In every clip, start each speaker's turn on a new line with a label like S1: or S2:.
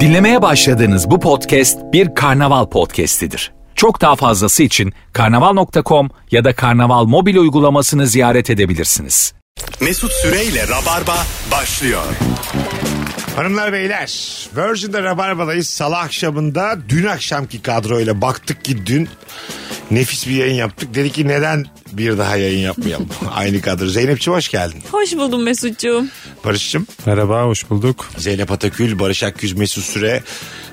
S1: Dinlemeye başladığınız bu podcast bir karnaval podcastidir. Çok daha fazlası için karnaval.com ya da karnaval mobil uygulamasını ziyaret edebilirsiniz.
S2: Mesut Süreyle Rabarba başlıyor.
S3: Hanımlar beyler Virgin'de Rabarba'dayız salı akşamında dün akşamki kadroyla baktık ki dün nefis bir yayın yaptık. Dedi ki neden bir daha yayın yapmayalım aynı kadro. Zeynep'ciğim hoş geldin.
S4: Hoş buldum Mesut'cuğum.
S3: Barış'cığım
S5: Merhaba hoş bulduk.
S3: Zeynep Atakül, Barış Akgüz, Mesut Süre.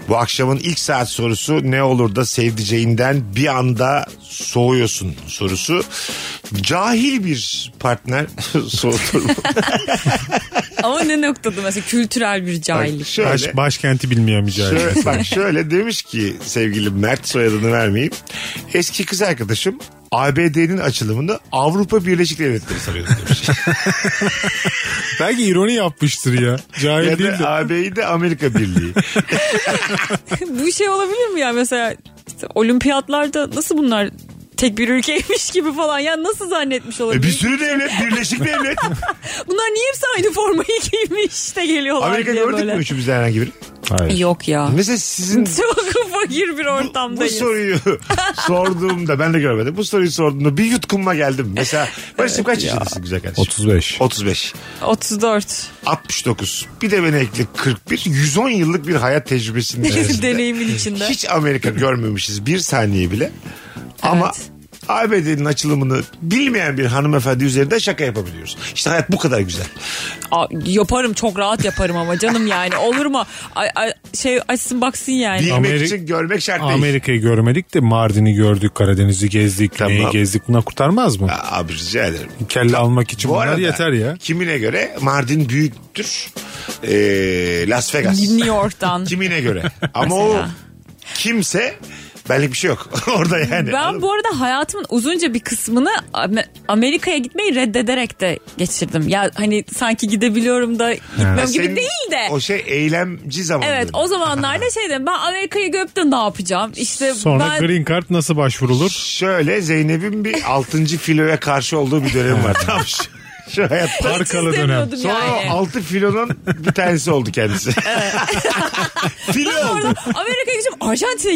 S3: Bu akşamın ilk saat sorusu ne olur da sevdiceğinden bir anda soğuyorsun sorusu. Cahil bir partner soğutur mu?
S4: Ama ne noktada mesela kültürel bir cahillik.
S3: Şöyle.
S5: Baş- başkenti bilmiyor mücadele.
S3: Şöyle, bak şöyle demiş ki sevgili Mert soyadını vermeyeyim. Eski kız arkadaşım ABD'nin açılımını Avrupa Birleşik Devletleri sanıyordu demiş.
S5: Belki ironi yapmıştır ya. Cahil
S3: ya
S5: değil de.
S3: da AB'yi de Amerika Birliği.
S4: Bu şey olabilir mi ya mesela işte olimpiyatlarda nasıl bunlar tek bir ülkeymiş gibi falan ya nasıl zannetmiş
S3: E
S4: olabilir?
S3: bir sürü devlet, Birleşik Devlet.
S4: Bunlar niye hepsi aynı formayı giymiş de geliyorlar
S3: Amerika
S4: diye
S3: gördük
S4: böyle.
S3: mü üçümüzden herhangi biri?
S4: Yok ya.
S3: Mesela sizin
S4: Çok fakir bir
S3: bu
S4: ortamdayız.
S3: soruyu sorduğumda ben de görmedim. Bu soruyu sorduğumda bir yutkunma geldim. Mesela Barış'ım kaç yaşındasın güzel kardeşim?
S5: 35.
S3: 35.
S4: 34.
S3: 69. Bir de beni ekle 41. 110 yıllık bir hayat tecrübesinin içerisinde.
S4: Deneyimin içinde.
S3: Hiç Amerika görmemişiz bir saniye bile. Ama ABD'nin açılımını bilmeyen bir hanımefendi üzerinde şaka yapabiliyoruz. İşte hayat bu kadar güzel.
S4: Aa, yaparım çok rahat yaparım ama canım yani olur mu? Ay, ay, şey açsın baksın yani.
S3: Bilmek
S5: Ameri-
S3: için görmek şart değil.
S5: Amerika'yı görmedik de Mardin'i gördük, Karadeniz'i gezdik,
S3: Tamam.
S5: neyi gezdik. Bunlar kurtarmaz mı?
S3: Aa, Abi rica ederim.
S5: Kelle almak için bunlar yeter ya.
S3: kimine göre Mardin büyüktür. Ee, Las Vegas.
S4: New York'tan.
S3: Kimine göre. Ama o kimse benlik bir şey yok. Orada yani. Anladın
S4: Ben
S3: mı?
S4: bu arada hayatımın uzunca bir kısmını Am- Amerika'ya gitmeyi reddederek de geçirdim. Ya hani sanki gidebiliyorum da gitmiyorum gibi
S3: E, Senin
S4: değil de.
S3: O şey eylemci zaman.
S4: Evet o zamanlarda şey dedim ben Amerika'yı görüp de ne yapacağım? İşte
S5: Sonra
S4: ben
S5: green card nasıl başvurulur?
S3: Şöyle Zeynep'in bir 6. filoya karşı olduğu bir dönem var. Tam şu, şu hayatta.
S5: Arkalı dönem.
S4: istemiyordum
S3: Sonra
S4: yani.
S3: 6 filonun bir tanesi oldu kendisi. Filo oldu.
S4: Orada Amerika'ya gideceğim, Arjantin'e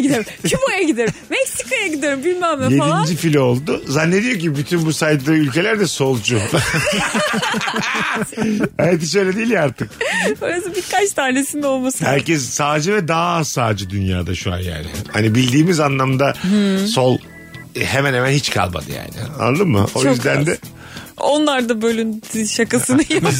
S4: giderim, Küba'ya giderim, Meksika'ya giderim bilmem ne falan.
S3: 7. filo oldu. Zannediyor ki bütün bu saydığı ülkeler de solcu. evet hiç öyle değil ya artık.
S4: Öyle birkaç tanesinde olması.
S3: Herkes sağcı ve daha az sağcı dünyada şu an yani. Hani bildiğimiz anlamda
S4: Hmm.
S3: sol e, hemen hemen hiç kalmadı yani. Anladın mı? O
S4: Çok
S3: yüzden
S4: az.
S3: de
S4: Onlar da bölüntü şakasını yapıp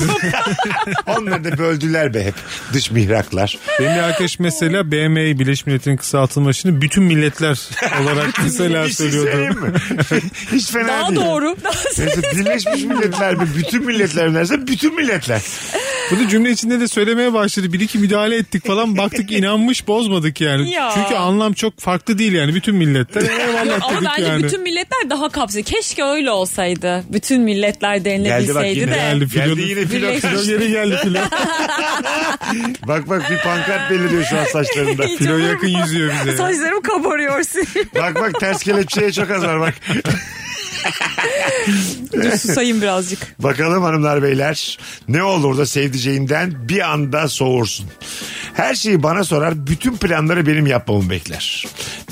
S3: onları da böldüler be hep. Dış mihraklar.
S5: Benim bir arkadaş mesela BM'yi Birleşmiş Milletler'in kısaltılmasını bütün milletler olarak mesela
S3: Bir şey
S5: söylüyordu.
S3: söyleyeyim mi? Hiç fena
S4: daha
S3: değil.
S4: doğru. Daha
S3: Mesela Birleşmiş Milletler mi? Bütün milletler mi derse bütün milletler.
S5: Bunu cümle içinde de söylemeye başladı. Bir iki müdahale ettik falan baktık inanmış bozmadık yani.
S4: Ya.
S5: Çünkü anlam çok farklı değil yani bütün milletler.
S4: Yok,
S5: Eyvallah
S4: ama
S5: dedik
S4: bence
S5: yani.
S4: bütün milletler daha kapsayıcı. Keşke öyle olsaydı. Bütün milletler denilebilseydi de.
S5: Geldi filo.
S3: Geldi yine filo.
S4: Birleşmiş-
S5: Filo geri geldi filo.
S3: Bak bak bir pankart beliriyor şu an saçlarında.
S4: Hiç
S5: Filo
S4: olur mu?
S5: yakın yüzüyor bize. ya.
S4: Saçlarım kabarıyor senin.
S3: Bak bak ters kelepçeye çok az var bak.
S4: Dur susayım birazcık.
S3: Bakalım hanımlar beyler ne olur da sevdiceğinden bir anda soğursun. Her şeyi bana sorar bütün planları benim yapmamı bekler.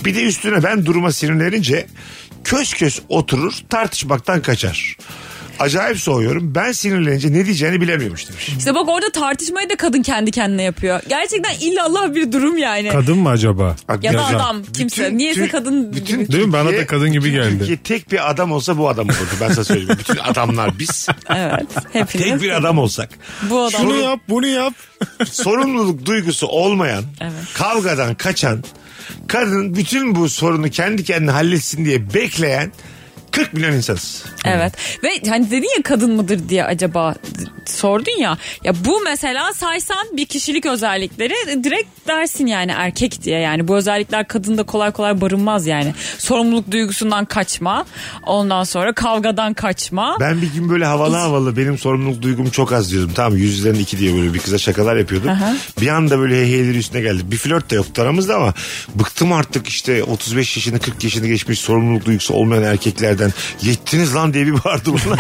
S3: Bir de üstüne ben duruma sinirlenince kös kös oturur tartışmaktan kaçar. Acayip soğuyorum ben sinirlenince ne diyeceğini bilemiyormuş demiş.
S4: İşte bak orada tartışmayı da kadın kendi kendine yapıyor. Gerçekten illallah bir durum yani.
S5: Kadın mı acaba?
S4: ya da
S5: Yazan.
S4: adam kimse.
S3: Bütün
S4: Niyeyse
S3: Tür-
S4: kadın gibi.
S5: Değil mi? Bana da
S3: Türkiye-
S5: kadın gibi
S3: bütün
S5: geldi.
S3: Türkiye tek bir adam olsa bu adam olurdu. Ben sana söyleyeyim. Bütün adamlar biz.
S4: Evet. Hepiniz.
S3: Tek bir adam olsak.
S4: Bu adam.
S5: Bunu yap bunu yap.
S3: Sorumluluk duygusu olmayan, kavgadan kaçan, kadın bütün bu sorunu kendi kendine halletsin diye bekleyen 40 milyon insanız.
S4: Evet. Ve hani dedin ya kadın mıdır diye acaba d- sordun ya. Ya bu mesela saysan bir kişilik özellikleri direkt dersin yani erkek diye. Yani bu özellikler kadında kolay kolay barınmaz yani. Sorumluluk duygusundan kaçma. Ondan sonra kavgadan kaçma.
S3: Ben bir gün böyle havalı havalı benim sorumluluk duygum çok az diyordum. Tamam yüzlerin iki diye böyle bir kıza şakalar yapıyordum.
S4: Aha.
S3: Bir anda böyle heyheyleri üstüne geldi. Bir flört de yoktu aramızda ama bıktım artık işte 35 yaşını 40 yaşını geçmiş sorumluluk duygusu olmayan erkeklerden. Yettiniz lan diye bir vardı bana.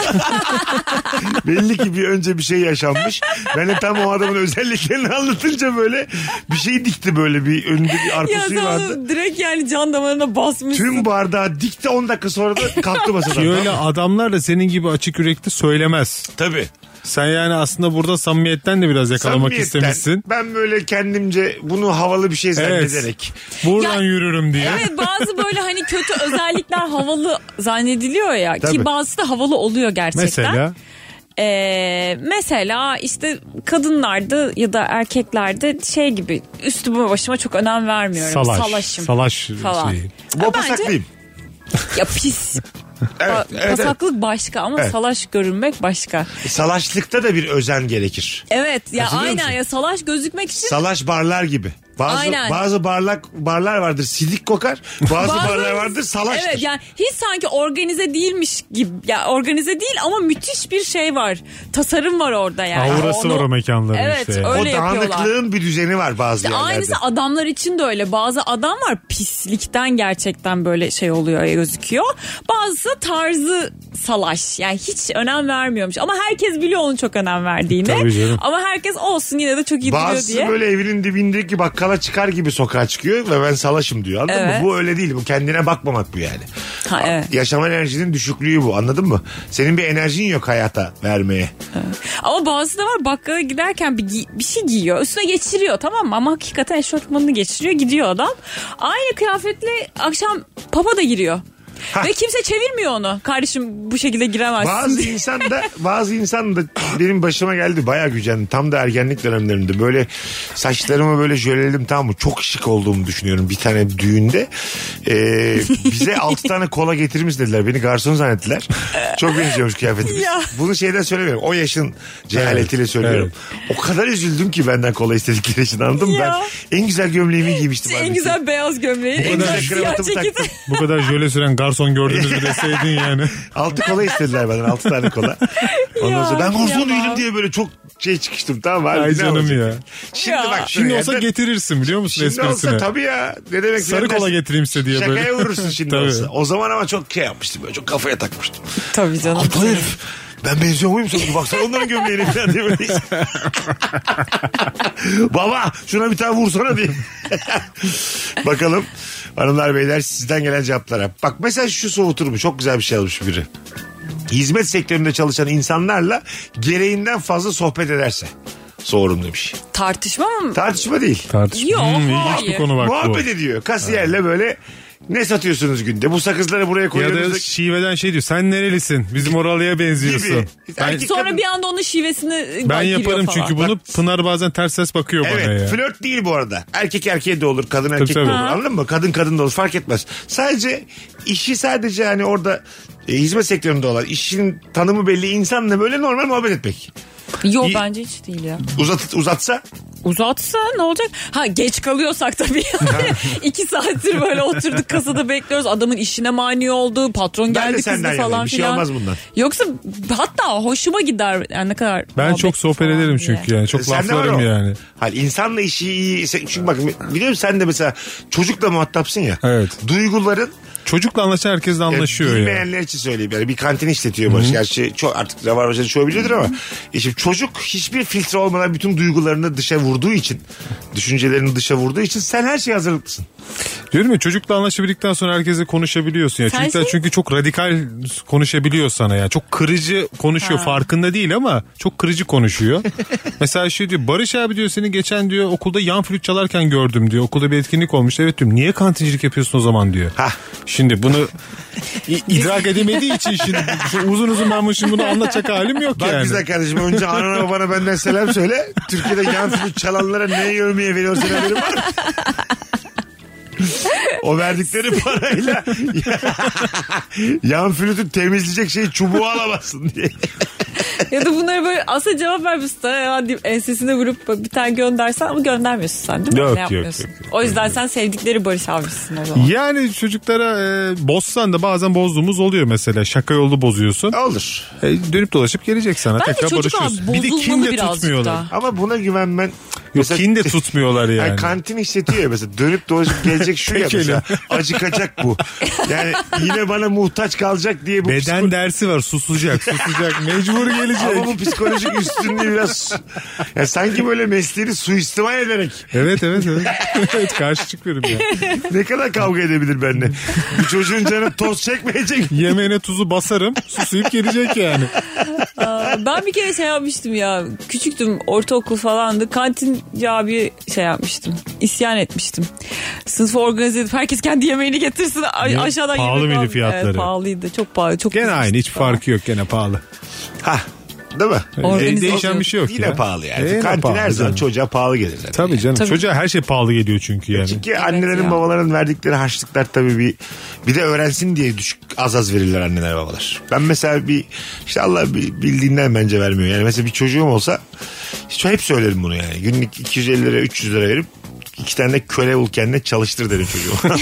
S3: Belli ki bir önce bir şey yaşanmış. Ben de tam o adamın özelliklerini anlatınca böyle bir şey dikti böyle bir önünde bir arpa
S4: Ya
S3: suyu
S4: sen
S3: vardı.
S4: onu direkt yani can damarına basmışsın.
S3: Tüm bardağı dikti 10 dakika sonra da kalktı masadan.
S5: Ki öyle adamlar da senin gibi açık yürekli söylemez.
S3: Tabii.
S5: Sen yani aslında burada samimiyetten de biraz yakalamak
S3: Samimiyetten
S5: istemişsin.
S3: Ben böyle kendimce bunu havalı bir şey
S5: Evet.
S3: zannederek.
S5: Buradan
S4: Ya-
S5: yürürüm diye.
S4: Evet bazı böyle hani kötü özellikler havalı zannediliyor ya
S3: Tabii.
S4: ki bazısı da havalı oluyor gerçekten.
S5: Mesela
S4: Ee, mesela işte kadınlarda ya da erkeklerde şey gibi üstüme başıma çok önem vermiyorum.
S5: salaş.
S4: Salaşım.
S5: Salaş
S4: Falan.
S5: şeyi.
S3: Bu
S4: Ha, bence-
S3: pasaklıyım.
S4: Ya pis.
S3: Evet,
S4: Ba-
S3: evet, evet.
S4: Pasaklık başka ama
S3: Evet.
S4: salaş görünmek başka.
S3: Salaşlıkta da bir özen gerekir.
S4: Evet ya
S3: Katılıyor
S4: aynen
S3: musun?
S4: ya salaş gözükmek için
S3: Salaş barlar gibi. Bazı
S4: Aynen.
S3: bazı barlak barlar vardır sidik kokar. Bazı barlar vardır salaştır.
S4: Evet yani hiç sanki organize değilmiş gibi. Ya organize değil ama müthiş bir şey var. Tasarım var orada yani.
S5: Aurası
S4: Onu-
S5: var o mekanların
S4: Evet,
S5: işte.
S4: öyle
S3: o dağınıklığın
S4: yapıyorlar.
S3: bir düzeni var bazı yerlerde.
S4: Aynısı adamlar için de öyle. Bazı adam var pislikten gerçekten böyle şey oluyor gözüküyor. Bazısı tarzı salaş. Yani hiç önem vermiyormuş. Ama herkes biliyor onun çok önem verdiğini.
S5: Tabii canım.
S4: Ama herkes olsun yine de çok iyi duruyor
S3: Bazısı
S4: diye.
S3: böyle evinin dibindeki bakkala çıkar gibi sokağa çıkıyor ve ben salaşım diyor. Anladın
S4: Evet.
S3: mı? Bu öyle değil. Bu kendine bakmamak bu yani.
S4: Ha, evet.
S3: Yaşam enerjinin düşüklüğü bu. Anladın mı? Senin bir enerjin yok hayata vermeye.
S4: Ama bazısı da var bakkala giderken bir, gi- bir şey giyiyor. Üstüne geçiriyor tamam mı? Ama hakikaten eşofmanını geçiriyor gidiyor adam. Aynı kıyafetle akşam papa da giriyor. Ve kimse çevirmiyor onu. Kardeşim bu şekilde giremezsin.
S3: Bazı
S4: diye.
S3: insan da bazı insan da benim başıma geldi bayağı gücendim. Tam da ergenlik dönemlerimde böyle saçlarımı böyle jöleledim tamam mı? Çok şık olduğumu düşünüyorum bir tane düğünde. Ee, bize 6 tane kola getirir misin dediler. Beni garson zannettiler. Çok benziyormuş kıyafetimiz.
S4: Ya.
S3: Bunu şeyden söylemiyorum. O yaşın cehaletiyle söylüyorum. O kadar üzüldüm ki benden kola istedikleri için anladın mı?
S4: Ya.
S3: Ben en güzel gömleğimi giymiştim.
S4: en
S3: halbuki.
S4: güzel beyaz gömleği, en
S3: kadar
S4: güzel siyah
S3: kravatımı
S4: ceketi.
S3: taktım.
S5: Bu kadar jöle süren garson gördünüz mü deseydin yani.
S3: Altı kola istediler benden. Altı tane kola. Ondan
S4: Ya,
S3: sonra ben
S4: kıyamam.
S3: horson değilim diye böyle çok şey çıkıştım tamam mı? Abi,
S5: Ay
S3: ne
S5: canım
S3: olacak?
S5: ya.
S3: Şimdi
S4: Ya.
S3: bak.
S5: Şimdi
S3: şöyle
S5: olsa
S3: yerden-
S5: getirirsin biliyor musun
S3: Şimdi olsa
S5: esprisine.
S3: tabii ya. Ne demek?
S5: Sarı
S3: ne
S5: kola
S3: dersin?
S5: getireyim size diye böyle.
S3: Şakaya vurursun şimdi
S5: Tabii.
S3: olsa. O zaman ama çok şey yapmıştım böyle çok kafaya takmıştım.
S4: Tabii canım.
S3: Aptal herif. Ben benziyor muyum sana? Baksana onların gömleğine falan diye böyle. Baba şuna bir tane vursana diye. Bakalım hanımlar beyler sizden gelen cevaplara. Bak mesela şu soğutur mu? Çok güzel bir şey almış biri. Hizmet sektöründe çalışan insanlarla gereğinden fazla sohbet ederse soğurum demiş.
S4: Tartışma mı?
S3: Tartışma değil.
S5: Tartışma.
S4: Yok,
S5: Hmm, ilginç
S4: hayır.
S5: bir konu bak bu.
S3: Muhabbet ediyor. Kasiyerle böyle ne satıyorsunuz günde? Bu sakızları buraya
S5: Ya da
S3: koyuyoruz.
S5: şiveden şey diyor. Sen nerelisin? Bizim oralıya benziyorsun.
S3: Gibi.
S5: Ben,
S3: Erkek
S4: Sonra
S3: kadın-
S4: bir anda onun şivesini e,
S5: ben
S4: giriyor
S5: yaparım
S4: falan.
S5: çünkü bunu. Pınar bazen ters ses bakıyor bana
S3: Evet
S5: ya.
S3: flört değil bu arada. Erkek erkeğe de olur kadın erkek de
S5: tabii.
S3: olur
S5: Ha.
S3: anladın mı? Kadın kadın da olur fark etmez. Sadece işi sadece hani orada e, hizmet sektöründe olan işin tanımı belli insanla böyle normal muhabbet etmek.
S4: Yok
S3: İyi.
S4: bence hiç değil ya.
S3: Uzat, uzatsa
S4: Uzatsa ne olacak? Ha geç kalıyorsak tabii. Yani iki saattir böyle oturduk kasada bekliyoruz. Adamın işine mani oldu.
S3: Ben
S4: Patron
S3: de
S4: geldi
S3: senden
S4: kızdı
S3: yanayım.
S4: falan
S3: Bir şey
S4: filan.
S3: olmaz bundan.
S4: Yoksa hatta hoşuma gider. Yani ne kadar
S5: Ben
S4: muhabbet
S5: çok sohbet
S4: falan
S5: ederim
S4: diye.
S5: çünkü yani. Çok
S3: E, Sende var
S5: laflarım
S3: o.
S5: yani.
S3: Hani insanla işi iyi. Sen- Çünkü bak biliyorum sen de mesela çocukla muhatapsın ya.
S5: Evet.
S3: Duyguların
S5: Çocukla anlaşan herkesle
S3: Yani
S5: anlaşıyor ya.
S3: Bilmeyenler için söyleyeyim. Yani bir kantin işletiyor Barış. Gerçi çok artık Rabarbacı'nın çoğu biliyordur ama. E şimdi çocuk hiçbir filtre olmadan bütün duygularını dışa vurduğu için, düşüncelerini dışa vurduğu için sen her şeye hazırlıklısın.
S5: Diyorum ya çocukla anlaşabildikten sonra herkesle konuşabiliyorsun ya.
S4: Sen
S5: Çocuklar
S4: şey-
S5: çünkü çok radikal konuşabiliyor sana ya. Çok kırıcı konuşuyor
S4: Ha.
S5: farkında değil ama çok kırıcı konuşuyor. Mesela şey diyor Barış abi diyor seni geçen diyor okulda yan flüt çalarken gördüm diyor. Okulda bir etkinlik olmuş. Evet diyorum niye kantincilik yapıyorsun o zaman diyor.
S3: Hah.
S5: Şimdi bunu i- idrak edemediği için şimdi bu- şu uzun uzun ben bunu- şimdi bunu anlatacak halim yok
S3: Bak
S5: yani.
S3: güzel kardeşim önce anana babana benden selam söyle. Türkiye'de yan flüt çalanlara ne yövmeye veriyorsun haberin var mı? O verdikleri parayla yan flütü temizleyecek şeyi çubuğu alamazsın diye.
S4: Ya da bunları böyle aslında cevap vermişsin. Ya deyip ensesine vurup bir tane göndersen ama göndermiyorsun sen değil mi?
S5: Yok,
S4: Öyle
S5: yok,
S4: yapmıyorsun.
S5: yok, yok.
S4: O yüzden sen sevdikleri Barış abisin o zaman.
S5: Yani çocuklara e, bozsan da bazen bozduğumuz oluyor mesela. Şaka yolu bozuyorsun.
S3: Olur.
S5: E, dönüp dolaşıp gelecek sana.
S4: Bence
S5: Tekrar
S4: çocuklar
S5: barışıyorsun. Bir de
S4: bozulmalı
S5: kin de
S4: birazcık
S5: tutmuyorlar.
S4: da.
S3: Ama buna güvenmen
S5: Yok kin de tutmuyorlar yani.
S3: Yani kantin işletiyor ya mesela dönüp dolaşıp gelecek şu ya
S5: Tek
S3: mesela
S5: elim.
S3: acıkacak bu. Yani yine bana muhtaç kalacak diye bu
S5: Beden
S3: psiko-
S5: dersi var susacak susacak mecbur
S3: Ama bu
S5: gelecek.
S3: psikolojik üstünlüğü biraz ya sanki böyle mesleğini suistimal ederek
S5: evet evet evet. evet karşı çıkıyorum ya.
S3: ne kadar kavga edebilir benimle. Bu çocuğun canı toz çekmeyecek.
S5: Yemeğine tuzu basarım susayıp gelecek yani.
S4: Aa, ben bir kere şey yapmıştım ya. Küçüktüm ortaokul falandı. Kantinci abi şey yapmıştım. İsyan etmiştim. Sınıfı organize edip herkes kendi yemeğini getirsin. A-
S5: Ne?
S4: aşağıdan
S5: Pahalı
S4: yemek
S5: mıydı
S4: aldım.
S5: fiyatları?
S4: Evet, pahalıydı. Çok pahalı. Çok
S5: Gene
S4: kızmıştım.
S5: aynı hiç farkı yok gene pahalı.
S3: Ha, değil mi?
S5: E,
S4: Organize
S5: değişen
S4: oluyor.
S5: bir şey yok
S3: Yine
S5: ya.
S3: pahalı yani.
S5: Yine
S3: Kantin
S5: pahalı
S3: her zaman
S5: canım.
S3: çocuğa pahalı gelir zaten.
S5: Tabii canım.
S4: Tabii.
S5: Çocuğa her şey pahalı geliyor çünkü yani.
S3: Çünkü annelerin
S4: ya.
S3: babaların verdikleri harçlıklar tabii bir bir de öğrensin diye düşük az az verirler anneler babalar. Ben mesela bir işte Allah bi- bildiğinden bence vermiyor. Yani mesela bir çocuğum olsa işte hep söylerim bunu yani. Günlük 250 lira 300 lira verip iki tane de köle bul kendine çalıştır derim çocuğuma.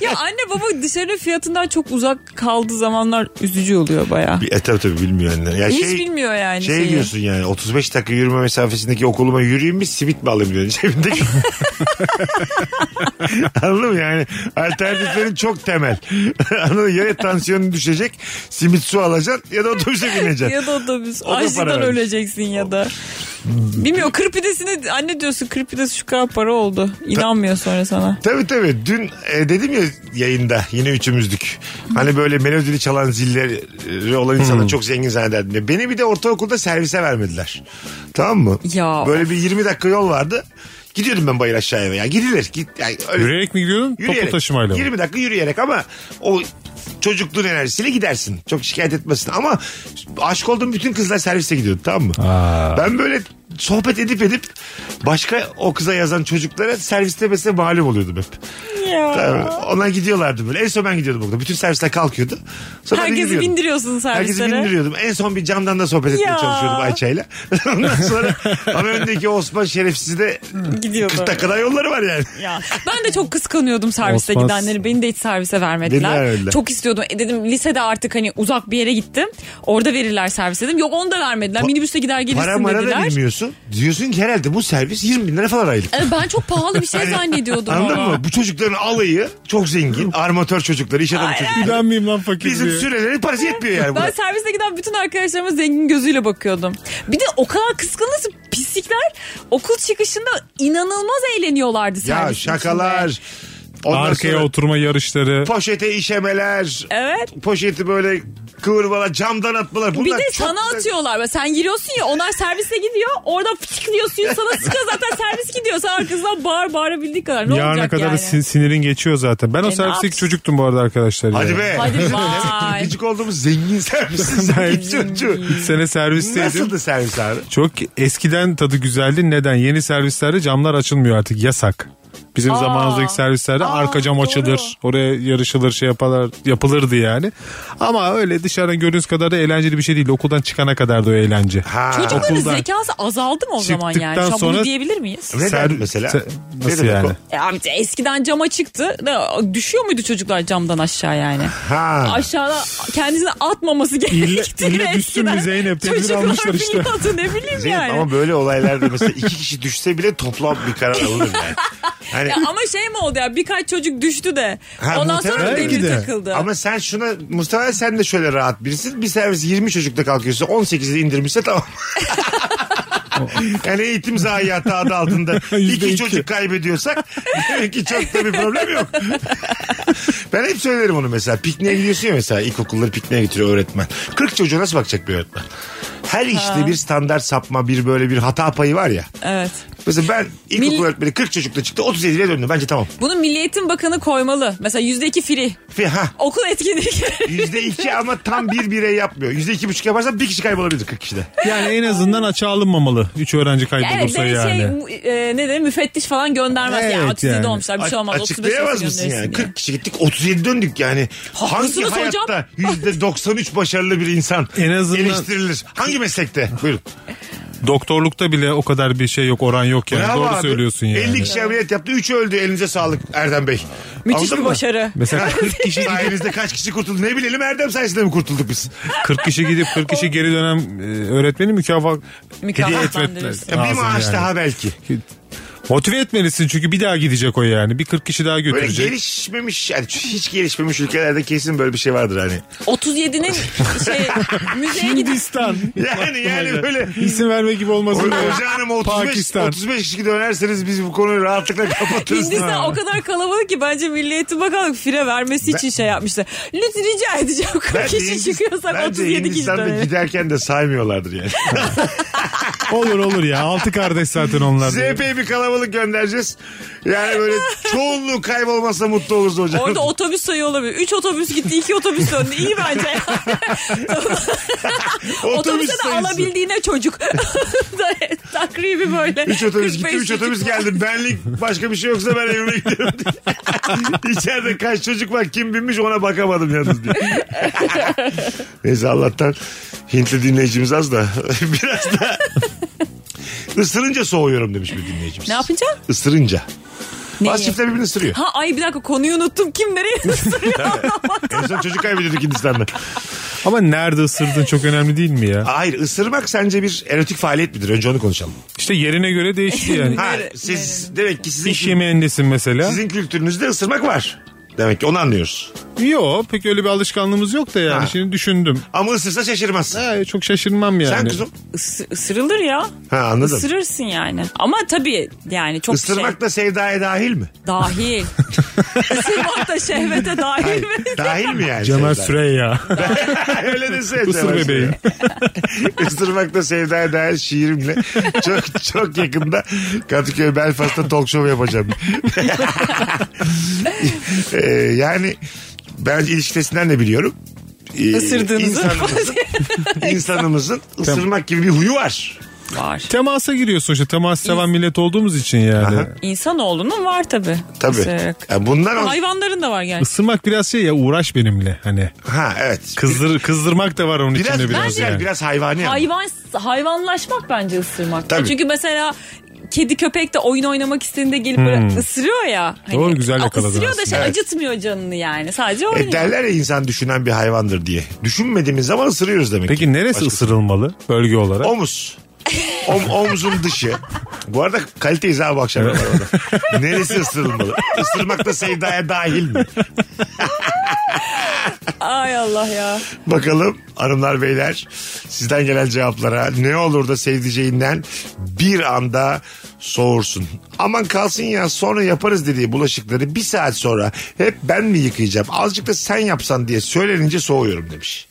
S4: Ya anne baba dışarının fiyatından çok uzak kaldığı zamanlar üzücü oluyor baya.
S3: Bir- e tabii tabii bilmiyor anne. Ya
S4: Hiç bilmiyor yani
S3: E Şey
S4: şeyi.
S3: diyorsun yani 35 dakika yürüme mesafesindeki okuluma yürüyeyim mi simit mi alayım diyorsun cebindeki. Anladın mı yani alternatiflerin çok temel. Anladın mı? Ya tansiyonun düşecek simit su alacaksın ya da otobüse bineceksin.
S4: Ya da otobüs.
S3: O da para
S4: Açlıktan
S3: vermiş.
S4: öleceksin ya da. Bilmiyorum kır pidesine anne diyorsun kır pidesi şu kadar para oldu. İnanmıyor sonra sana.
S3: Tabii tabii. Dün e, dedim ya yayında yine üçümüzdük. Hani böyle melodili çalan zilleri olan insanlar çok zengin zannederdim. diye. Beni bir de ortaokulda servise vermediler. Tamam mı?
S4: Ya.
S3: Böyle bir 20 dakika yol vardı. Gidiyordum ben bayır aşağıya. Ya gidilir. Git, yani öyle-
S5: Yürüyerek mi gidiyordun? Toplu taşımayla mı?
S3: 20 dakika yürüyerek ama o çocukluğun enerjisiyle gidersin. Çok şikayet etmesin ama aşık olduğum bütün kızlar servise gidiyordu tamam mı? Ben böyle sohbet edip edip başka o kıza yazan çocuklara serviste mesela malum oluyordum hep.
S4: Ya.
S3: Yani Onlar gidiyorlardı böyle. En son ben gidiyordum orada. Bütün servisler kalkıyordu. Sonra ben
S4: Herkesi
S3: gidiyordum.
S4: bindiriyorsun
S3: Herkesi
S4: servislere.
S3: bindiriyordum. En son bir camdan da sohbet etmeye
S4: Ya.
S3: çalışıyordum Ayça'yla. Ondan sonra ama öndeki Osman şerefsizi de
S4: Gidiyordu.
S3: 40 dakikadan yolları var yani.
S4: Ya. Ben de çok kıskanıyordum servise
S5: Osman-
S4: gidenleri. Beni de hiç servise
S3: Beni de
S4: vermediler.
S3: öyle.
S4: Çok istiyordum. E dedim lisede artık hani uzak bir yere gittim. Orada verirler servis dedim. Yok onu da vermediler. Minibüste gider
S3: Para
S4: gelirsin
S3: mara da
S4: dediler.
S3: bilmiyorsun. Diyorsun ki herhalde bu servis 20 bin lira falan aylık.
S4: E, Ben çok pahalı bir şey zannediyordum
S3: Hani Anladın
S4: ama.
S3: mı? Bu çocukların alayı çok zengin. Armatör çocukları, iş adamı çocukları.
S5: Ben miyim lan fakir
S3: Bizim
S5: diye.
S3: sürelerin parası yetmiyor yani. buna.
S4: Ben servise giden bütün arkadaşlarıma zengin gözüyle bakıyordum. Bir de o kadar kıskanız pislikler okul çıkışında inanılmaz eğleniyorlardı
S3: Ya
S4: servisin içinde.
S3: şakalar. Ondan
S5: Arkaya
S3: sonra
S5: oturma yarışları.
S3: Poşete işemeler.
S4: Evet.
S3: Poşeti böyle kıvırmalar, camdan atmalar. Bunlar
S4: Bir de
S3: çok
S4: sana
S3: güzel.
S4: atıyorlar. Mesela sen giriyorsun ya onlar servise gidiyor. Orada fıçıklıyorsun sana sıkıyor zaten servis gidiyor. Sen arkasından bağır bağırabildiğin kadar. Ne
S5: Yarına
S4: olacak
S5: kadar da
S4: yani?
S5: sin- sinirin geçiyor zaten. Ben o
S4: ne
S5: servisteki
S4: yapsın?
S5: çocuktum bu arada arkadaşlar.
S3: Hadi
S5: ya.
S3: be.
S4: Hadi
S3: Bizim
S4: vay.
S3: Gıcık olduğumuz zengin servisin zengin çocuğu.
S5: Bir sene servisteydim.
S3: Nasıldı servis abi?
S5: Çok eskiden tadı güzeldi. Neden? Yeni servislerde camlar açılmıyor artık. Yasak. Bizim
S4: Aa.
S5: zamanımızdaki servislerde
S4: Aa,
S5: arka cam
S4: doğru.
S5: açılır. Oraya yarışılır şey yaparlar, yapılırdı yani. Ama öyle dışarıdan gördüğünüz kadar da eğlenceli bir şey değil. Okuldan çıkana kadar da o eğlence.
S3: Ha.
S4: Çocukların
S5: Okuldan.
S4: zekası azaldı mı o zaman yani? Şu
S5: Çıktıktan
S4: an
S5: sonra-
S4: bunu diyebilir miyiz?
S3: Neden
S5: Ser-
S3: mesela?
S5: se-
S3: Ne
S5: nasıl
S3: demek
S5: yani?
S3: o?
S4: E, amca eskiden cama çıktı. Ne- Düşüyor muydu çocuklar camdan aşağı yani?
S3: Ha.
S4: Aşağıda kendisini atmaması gerektiğini
S5: ille düşsün mü
S4: eskiden
S5: Zeynep? Tedbir
S4: Çocuklar
S5: almışlar işte.
S4: biliyordu, ne bileyim
S3: Zeynep
S4: yani.
S3: ama böyle olaylarda mesela iki kişi düşse bile toplam bir karar alınır yani. Hani
S4: Ya ama şey mi oldu ya birkaç çocuk düştü de
S3: Ha,
S4: ondan sonra
S3: muhtemelen
S4: mı
S5: belki
S4: demir
S5: de.
S4: takıldı.
S3: ama sen şuna muhtemelen sen de şöyle rahat birisin. Bir servis 20 çocukta kalkıyorsa 18'de indirmişse tamam. yani eğitim zayiatı adı altında
S5: Yüzde
S3: iki
S5: iki.
S3: çocuk kaybediyorsak demek ki çok da bir problem yok. ben hep söylerim onu mesela. Pikniğe gidiyorsun ya mesela ilkokulları pikniğe getiriyor öğretmen. 40 çocuğa nasıl bakacak bir öğretmen? Her işte bir standart sapma bir böyle bir hata payı var ya.
S4: Evet.
S3: Mesela ben ilkokul
S4: Mil-
S3: öğretmeni 40 çocukla çıktı 37 ile döndü. Bence tamam.
S4: Bunu Milli Eğitim Bakanı koymalı. Mesela yüzde iki free.
S3: Fi- Ha.
S4: Okul etkinlikleri.
S3: Yüzde iki ama tam bir birey yapmıyor. Yüzde iki buçuk yaparsa bir kişi kaybolabilir 40 kişide.
S5: Yani en azından açığa alınmamalı. Üç öğrenci
S4: Evet
S5: kaybolursa
S4: beni
S5: yani.
S4: şey mu- e, ne de müfettiş falan göndermez. ya
S5: Evet
S4: otizmli
S5: yani.
S4: olmuşlar bir şey olmaz. 35
S3: Açıklayamaz mısın yani? 40 kişi gittik 37 döndük yani. Hangi
S4: Haklısınız hocam.
S3: hayatta yüzde 93 başarılı bir insan
S5: En azından-
S3: eleştirilir? Hangi meslekte? Buyurun.
S5: Doktorlukta bile o kadar bir şey yok oran yok yani.
S3: Bravo
S5: Doğru
S3: abi.
S5: söylüyorsun yani.
S3: 50 kişi ameliyat yaptı. 3 öldü. Elinize sağlık Erdem Bey.
S4: Müthiş
S3: Anladın
S4: bir
S3: mı?
S4: başarı.
S5: Mesela 40 kişi
S3: Sayenizde kaç kişi kurtuldu ne bilelim Erdem sayesinde mi kurtulduk biz?
S5: 40 kişi gidip 40 kişi geri dönen e, öğretmeni mükafat hediye etmediler.
S4: Mükafatlandırırsın.
S3: Ya E, bir
S5: Lazım
S3: maaş
S5: yani.
S3: daha belki.
S5: Motive etmelisin çünkü bir daha gidecek o yani. Bir 40 kişi daha
S3: Böyle
S5: götürecek.
S3: gelişmemiş yani hiç gelişmemiş ülkelerde kesin böyle bir şey vardır hani.
S4: 37'nin şey müzeye gidip
S5: Hindistan.
S3: Yani yani böyle
S5: İsim verme gibi olmasın.
S3: Hoca
S5: diye.
S3: hanım 35,
S5: Pakistan.
S3: 35 kişi dönerseniz biz bu konuyu rahatlıkla kapatırız.
S4: Hindistan o kadar kalabalık ki bence Milli Eğitim Bakanlık fire vermesi için şey yapmıştı. Lütfen rica edeceğim 40
S3: Bence
S4: kişi
S3: Hindistan-
S4: çıkıyorsak
S3: bence
S4: 37 kişi
S3: Hindistan'da
S4: dönelim.
S3: giderken de saymıyorlardır yani.
S5: olur olur ya. Altı kardeş zaten onlar.
S3: Size epey bir kalabalık göndereceğiz. Yani böyle çoğunluğu kaybolmasa mutlu oluruz hocam.
S4: Orada otobüs sayı olabilir. 3 otobüs gitti 2 otobüs döndü. İyi bence. Otobüse de
S3: sayısı.
S4: alabildiğine çocuk. Takribi böyle.
S3: 3 otobüs gitti
S4: 45
S3: 3 otobüs
S4: çocuk.
S3: geldi. Benlik başka bir şey yoksa ben evime gidiyorum diye. İçeride kaç çocuk var kim binmiş ona bakamadım yalnız diye. Neyse Allah'tan Hintli dinleyicimiz az da biraz da ısırınca soğuyorum demiş bir dinleyicimiz.
S4: Ne yapınca?
S3: Isırınca.
S4: Neyi?
S3: Bazı çiftler birbirini ısırıyor.
S4: Ha ay bir dakika konuyu unuttum. Kim nereye ısırıyor?
S3: en son çocuk kaybediyorduk Hindistan'da.
S5: Ama nerede ısırdın çok önemli değil mi ya?
S3: Hayır ısırmak sence bir erotik faaliyet midir? Önce onu konuşalım.
S5: İşte yerine göre değişiyor yani.
S3: Ha,
S4: Nere- şey
S3: siz demek ki sizin,
S5: İş yemeğindesin mesela.
S3: sizin kültürünüzde ısırmak var. Demek ki onu anlıyoruz.
S5: Yok pek öyle bir alışkanlığımız yok da yani.
S3: Ha.
S5: Şimdi düşündüm.
S3: Ama ısırsa şaşırmazsın.
S5: Ha, çok şaşırmam yani.
S3: Sen kızım.
S4: Is- ısırılır ya.
S3: Ha anladım.
S4: Isırırsın yani. Ama tabii yani çok
S3: Isırmak
S4: şey
S3: da sevdaya dahil mi?
S4: dahil. Isırmak da şehvete dahil mi?
S3: dahil mi yani?
S5: Caner
S3: sevda?
S5: Süreyya.
S3: Öyle desene.
S5: Isır
S3: Caner
S5: bebeğim.
S3: Süreyya. Isırmak da sevdaya dair şiirimle çok çok yakında Kadıköy Belfast'ta talk show yapacağım. Ee, yani bence ilişkisinden de biliyorum. Ee,
S4: Isırdığınızı.
S3: insanımızın, insanımızın ısırmak gibi bir huyu var.
S4: var.
S5: Temasa giriyorsun işte. Temas seven millet olduğumuz için yani.
S4: İnsanoğlunun var tabii.
S3: Tabii.
S4: Isırık.
S3: Yani bundan o-
S4: Hayvanların da var yani.
S5: Isırmak biraz şey ya uğraş benimle hani.
S3: ha evet.
S5: Kızdır, kızdırmak da var onun
S3: Biraz
S5: içinde
S3: biraz,
S5: biraz
S3: yani,
S5: yani.
S3: biraz hayvani. ama.
S4: Hayvan hayvanlaşmak bence ısırmak.
S3: Tabii.
S4: Çünkü mesela kedi köpek de oyun oynamak istediğinde gelip böyle ısırıyor ya. Hani,
S5: Hmm. Doğru, güzel
S4: a-
S5: yakaladın
S4: Isırıyor da
S5: aslında.
S4: şey
S3: Evet.
S4: acıtmıyor canını yani. Sadece
S3: E
S4: oynuyor.
S3: derler ya insan düşünen bir hayvandır diye. Düşünmediğimiz zaman ısırıyoruz demek ki.
S5: Peki neresi
S3: Başka-
S5: ısırılmalı bölge olarak?
S3: Omuz. Om, omzun dışı. Bu arada kaliteyiz abi bu akşam. arabada. Neresi ısırılmalı? Isırmak da sevdaya dahil mi?
S4: Ay Allah ya.
S3: Bakalım hanımlar beyler sizden gelen cevaplara ne olur da sevdiceğinden bir anda soğursun. Aman kalsın ya sonra yaparız dediği bulaşıkları bir saat sonra hep ben mi yıkayacağım azıcık da sen yapsan diye söylenince soğuyorum demiş.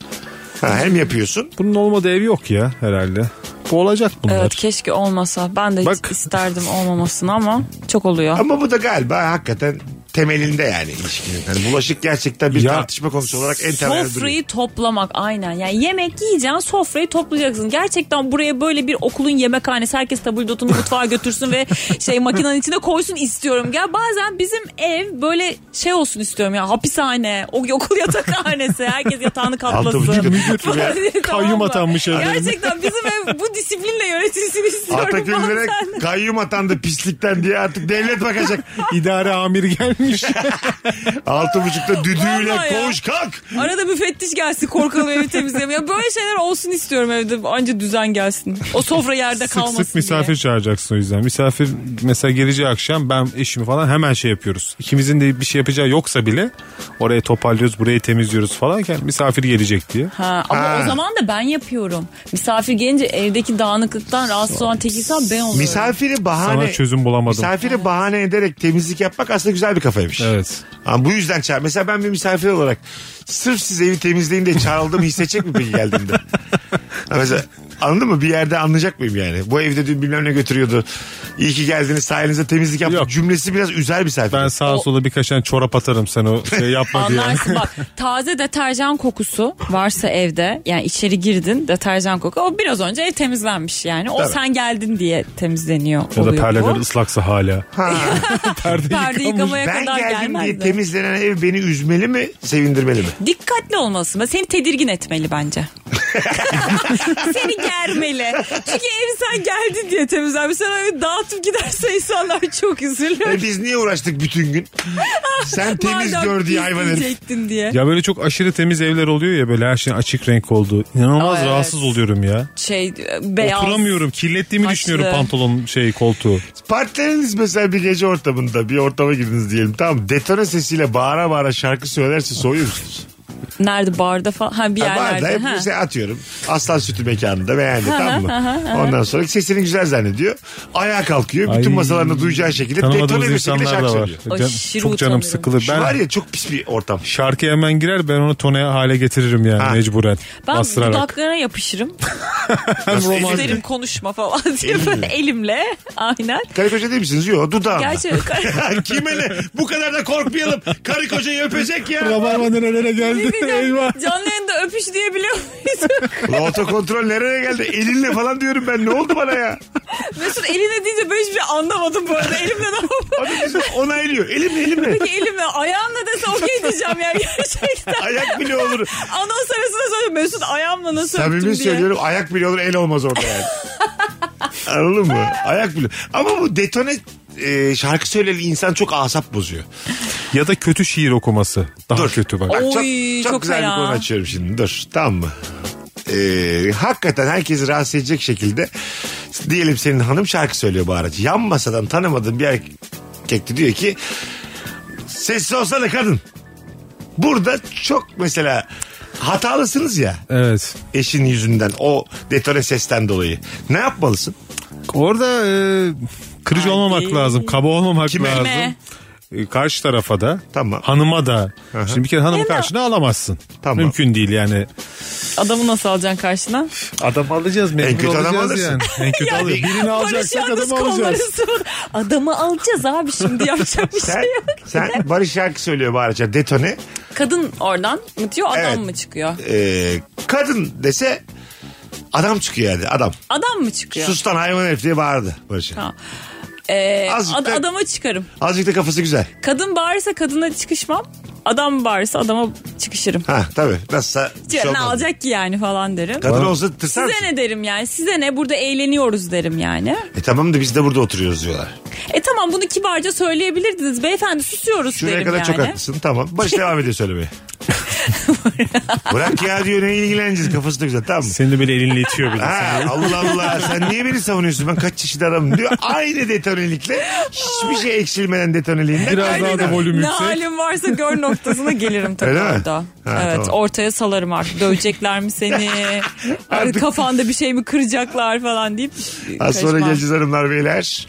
S3: Ha, hem yapıyorsun
S5: Bunun olmadığı ev yok ya herhalde. Bu olacak bunlar.
S4: Evet keşke olmasa. Ben de
S5: Bak.
S4: isterdim olmamasını ama çok oluyor.
S3: ama bu da galiba hakikaten temelinde yani ilişkinin. Hani bulaşık gerçekten bir
S5: Ya,
S3: tartışma konusu olarak en temelde duruyor.
S4: Sofrayı toplamak aynen. Yani yemek yiyeceksin sofrayı toplayacaksın. Gerçekten buraya böyle bir okulun yemekhanesi herkes tabldotunu mutfağa götürsün ve şey makinenin içine koysun istiyorum. Ya bazen bizim ev böyle şey olsun istiyorum ya hapishane, o okul yatakhanesi, herkes yatağını
S3: Altı buçuk
S4: katlasın.
S3: müdür
S4: Falan diye, tamam
S5: Kayyum
S4: mı?
S5: atanmış evlerine.
S4: Gerçekten bizim ev bu disiplinle yönetilsin istiyorum
S3: Atakül'lere
S4: bazen.
S3: kayyum atandı pislikten diye artık devlet bakacak.
S5: İdare amiri gelmiş.
S3: Altı buçukta düdüğüyle
S4: Vallahi ya.
S3: koş kalk.
S4: Arada müfettiş gelsin korkalım evi temizleyeyim. Ya böyle şeyler olsun istiyorum evde. Anca düzen gelsin. O sofra yerde
S5: sık
S4: kalmasın
S5: sık misafir
S4: diye.
S5: çağıracaksın o yüzden. Misafir mesela geleceği akşam ben eşimi falan hemen şey yapıyoruz. İkimizin de bir şey yapacağı yoksa bile orayı toparlıyoruz, burayı temizliyoruz falan. Yani misafir gelecek diye.
S3: Hani
S4: Ha, ama
S3: Ha.
S4: o zaman da ben yapıyorum. Misafir gelince evdeki dağınıklıktan rahatsız olan tek insan ben oluyorum.
S3: Misafiri bahane
S5: Sana çözüm bulamadım.
S3: Misafiri bahane ederek temizlik yapmak aslında güzel bir kafaymış.
S5: Evet.
S3: Ama bu yüzden çağır. Mesela ben bir misafir olarak sırf siz evi temizleyin diye çağrıldım hissedecek mi peki geldiğimde? Ha Mesela anladın mı? Bir yerde anlayacak mıyım yani? Bu evde dün bilmem ne götürüyordu. İyi ki geldiniz sayenizde temizlik yaptık.
S5: Yok.
S3: Cümlesi biraz üzer misafir.
S5: Ben sağa
S4: O-
S5: sola birkaç tane çorap atarım sen o şey yapma diye.
S4: Anlarsın bak taze deterjan kokusu varsa evde yani içeri girdin deterjan koku o biraz önce ev temizlenmiş yani o
S3: Tabii.
S4: sen geldin diye temizleniyor
S5: Ya da
S4: oluyor
S5: perdeler
S4: bu.
S5: ıslaksa hala. Perde,
S4: Perde
S5: yıkamış.
S4: yıkamaya
S3: Ben
S4: kadar
S3: geldim diye
S4: gelmez de.
S3: temizlenen ev beni üzmeli mi, sevindirmeli mi?
S4: Dikkatli olmalısın. Seni tedirgin etmeli bence. Seni germeli. Çünkü ev sen geldin diye temizlenmiş. Sen öyle dağıtıp giderse insanlar çok üzülür.
S3: E biz niye uğraştık bütün gün? Sen temiz
S4: Madem
S3: gör diye
S4: biz
S3: hayvan herif.
S4: diyecektin diye.
S5: Ya böyle çok aşırı temiz evler oluyor ya böyle her şeyin açık renk olduğu. İnanılmaz
S4: Aa, evet.
S5: rahatsız oluyorum ya.
S4: Şey e, beyaz.
S5: Oturamıyorum. Kirlettiğimi
S4: Açlı.
S5: düşünüyorum pantolon şey koltuğu.
S3: Partileriniz mesela bir gece ortamında bir ortama girdiniz diyelim. Tamam detone sesiyle bağıra bağıra şarkı söylerse soğuyor musunuz?
S4: Nerede barda falan. Ha bir
S3: Ha, Barda
S4: yerlerde.
S3: hep
S4: Ha.
S3: mesela atıyorum. Aslan sütü mekanında beğendi tamam mı? Ondan sonra sesini güzel zannediyor. Ayağa kalkıyor. Bütün
S5: Ay.
S3: masalarını duyacağı şekilde detone
S5: Tanımadığımız
S3: bir şekilde
S5: insanlar
S3: şarkı
S5: da var.
S3: söylüyor.
S4: Ay,
S5: Can-
S4: şirin
S5: çok
S4: utanıyorum.
S5: canım sıkılır.
S3: Şu
S5: Ben
S3: var ya çok pis bir ortam.
S5: şarkıya hemen girer ben onu tone hale getiririm yani
S3: Ha.
S5: mecburen.
S4: Ben
S5: bastırarak.
S4: dudaklarına yapışırım.
S3: Nasıl elin-
S4: Derim konuşma falan diye böyle elimle. Aynen.
S3: Karı koca değil misiniz? Yok dudağım.
S4: Gerçi
S3: Kime ne? Bu kadar da korkmayalım. Karı kocayı öpecek ya.
S5: Rabarba nerelere
S4: Bir
S5: geldi
S4: de
S5: eyvah.
S4: canlı yayında öpüş diyebiliyor muyuz?
S3: Otokontrol nereye geldi? Elinle falan diyorum ben. Ne oldu bana ya?
S4: Mesut eline deyince ben hiçbir şey anlamadım bu arada. Elimle ne yapayım?
S3: Abi bizi onaylıyor. Elimle elimle.
S4: Peki elimle ayağımla dese okey diyeceğim yani gerçekten.
S3: Ayak bile olur.
S4: Anons arasında söylüyorum Mesut ayağımla nasıl öptüm diye.
S3: Samimi söylüyorum ayak bile olur el olmaz orada yani. Anladın mı? Ayak bile. Ama bu detone e, şarkı söyleyen insan çok asap bozuyor.
S5: Ya da kötü şiir okuması. Daha
S3: Dur.
S5: kötü bak.
S3: Bak, çok,
S4: Oy,
S3: çok
S4: çok
S3: güzel
S4: fena.
S3: bir konu açıyorum şimdi. Dur tamam mı? Ee, hakikaten herkesi rahatsız edecek şekilde diyelim senin hanım şarkı söylüyor bağıracı. Yan masadan tanımadığın bir erkek de diyor ki sessiz olsana kadın. Burada çok mesela hatalısınız ya
S5: Evet.
S3: eşin yüzünden o detone sesten dolayı. Ne yapmalısın?
S5: Orada e, kırıcı
S4: Ay.
S5: olmamak lazım. Kaba olmamak
S3: Kime?
S5: lazım.
S4: Kime?
S5: E, Karşı tarafa da.
S3: Tamam.
S5: Hanıma da.
S3: Aha.
S5: Şimdi bir kere hanımı karşına alamazsın.
S3: Tamam.
S5: Mümkün değil yani.
S4: Adamı nasıl alacaksın karşına?
S5: Adam alacağız mecbur
S3: En kötü adam
S5: olacağız
S3: alırsın.
S5: yani. En kötü
S3: Yani
S5: alır. Birini alacaksak
S4: yalnız
S5: adamı alacağız.
S4: kolları sıvı. Adamı alacağız abi şimdi yapacak bir
S3: Sen,
S4: şey yok.
S3: sen Barış şarkı söylüyor bağıracı detone.
S4: Kadın oradan mı diyor adam
S3: Evet.
S4: mı çıkıyor?
S3: Ee, kadın dese adam çıkıyor yani adam.
S4: Adam mı çıkıyor?
S3: Sustan hayvan herif diye bağırdı Barış'a.
S4: Tamam. Ee,
S3: Azıcık
S4: ad-
S3: da-
S4: adama çıkarım.
S3: Azıcık da kafası güzel.
S4: Kadın bağırsa kadına çıkışmam. Adam bağırsa adama çıkışırım.
S3: Ha tabii. Nasılsa bir şey
S4: Canı
S3: olmaz.
S4: alacak ki yani falan derim.
S3: Kadın olsa tırsar
S4: Size
S3: mısın?
S4: ne derim yani? Size ne? Burada eğleniyoruz derim yani.
S3: E tamam da biz de burada oturuyoruz diyorlar.
S4: E tamam bunu kibarca söyleyebilirdiniz. Beyefendi susuyoruz
S3: Şuraya
S4: derim
S3: kadar
S4: yani.
S3: çok haklısın. Tamam. Barış devam ediyor söylemeye. Bırak ya diyor ne ilgileneceğiz kafası da güzel tamam mı?
S5: Seni de böyle elinle itiyor bir de.
S3: Ha, Allah Allah sen niye beni savunuyorsun ben kaç çeşit adamım diyor. Aynı detonelikle hiçbir şey eksilmeden detoneliğinden.
S5: Biraz daha da volüm
S4: Ne
S5: yüksek.
S4: halim varsa gör noktasına gelirim tabii
S3: Öyle mi?
S4: orada.
S3: Ha,
S4: evet
S3: tamam.
S4: ortaya salarım artık. Dövecekler mi seni?
S3: Artık-
S4: Kafanda bir şey mi kıracaklar falan deyip
S3: Az sonra
S4: kaçmam.
S3: geleceğiz hanımlar beyler.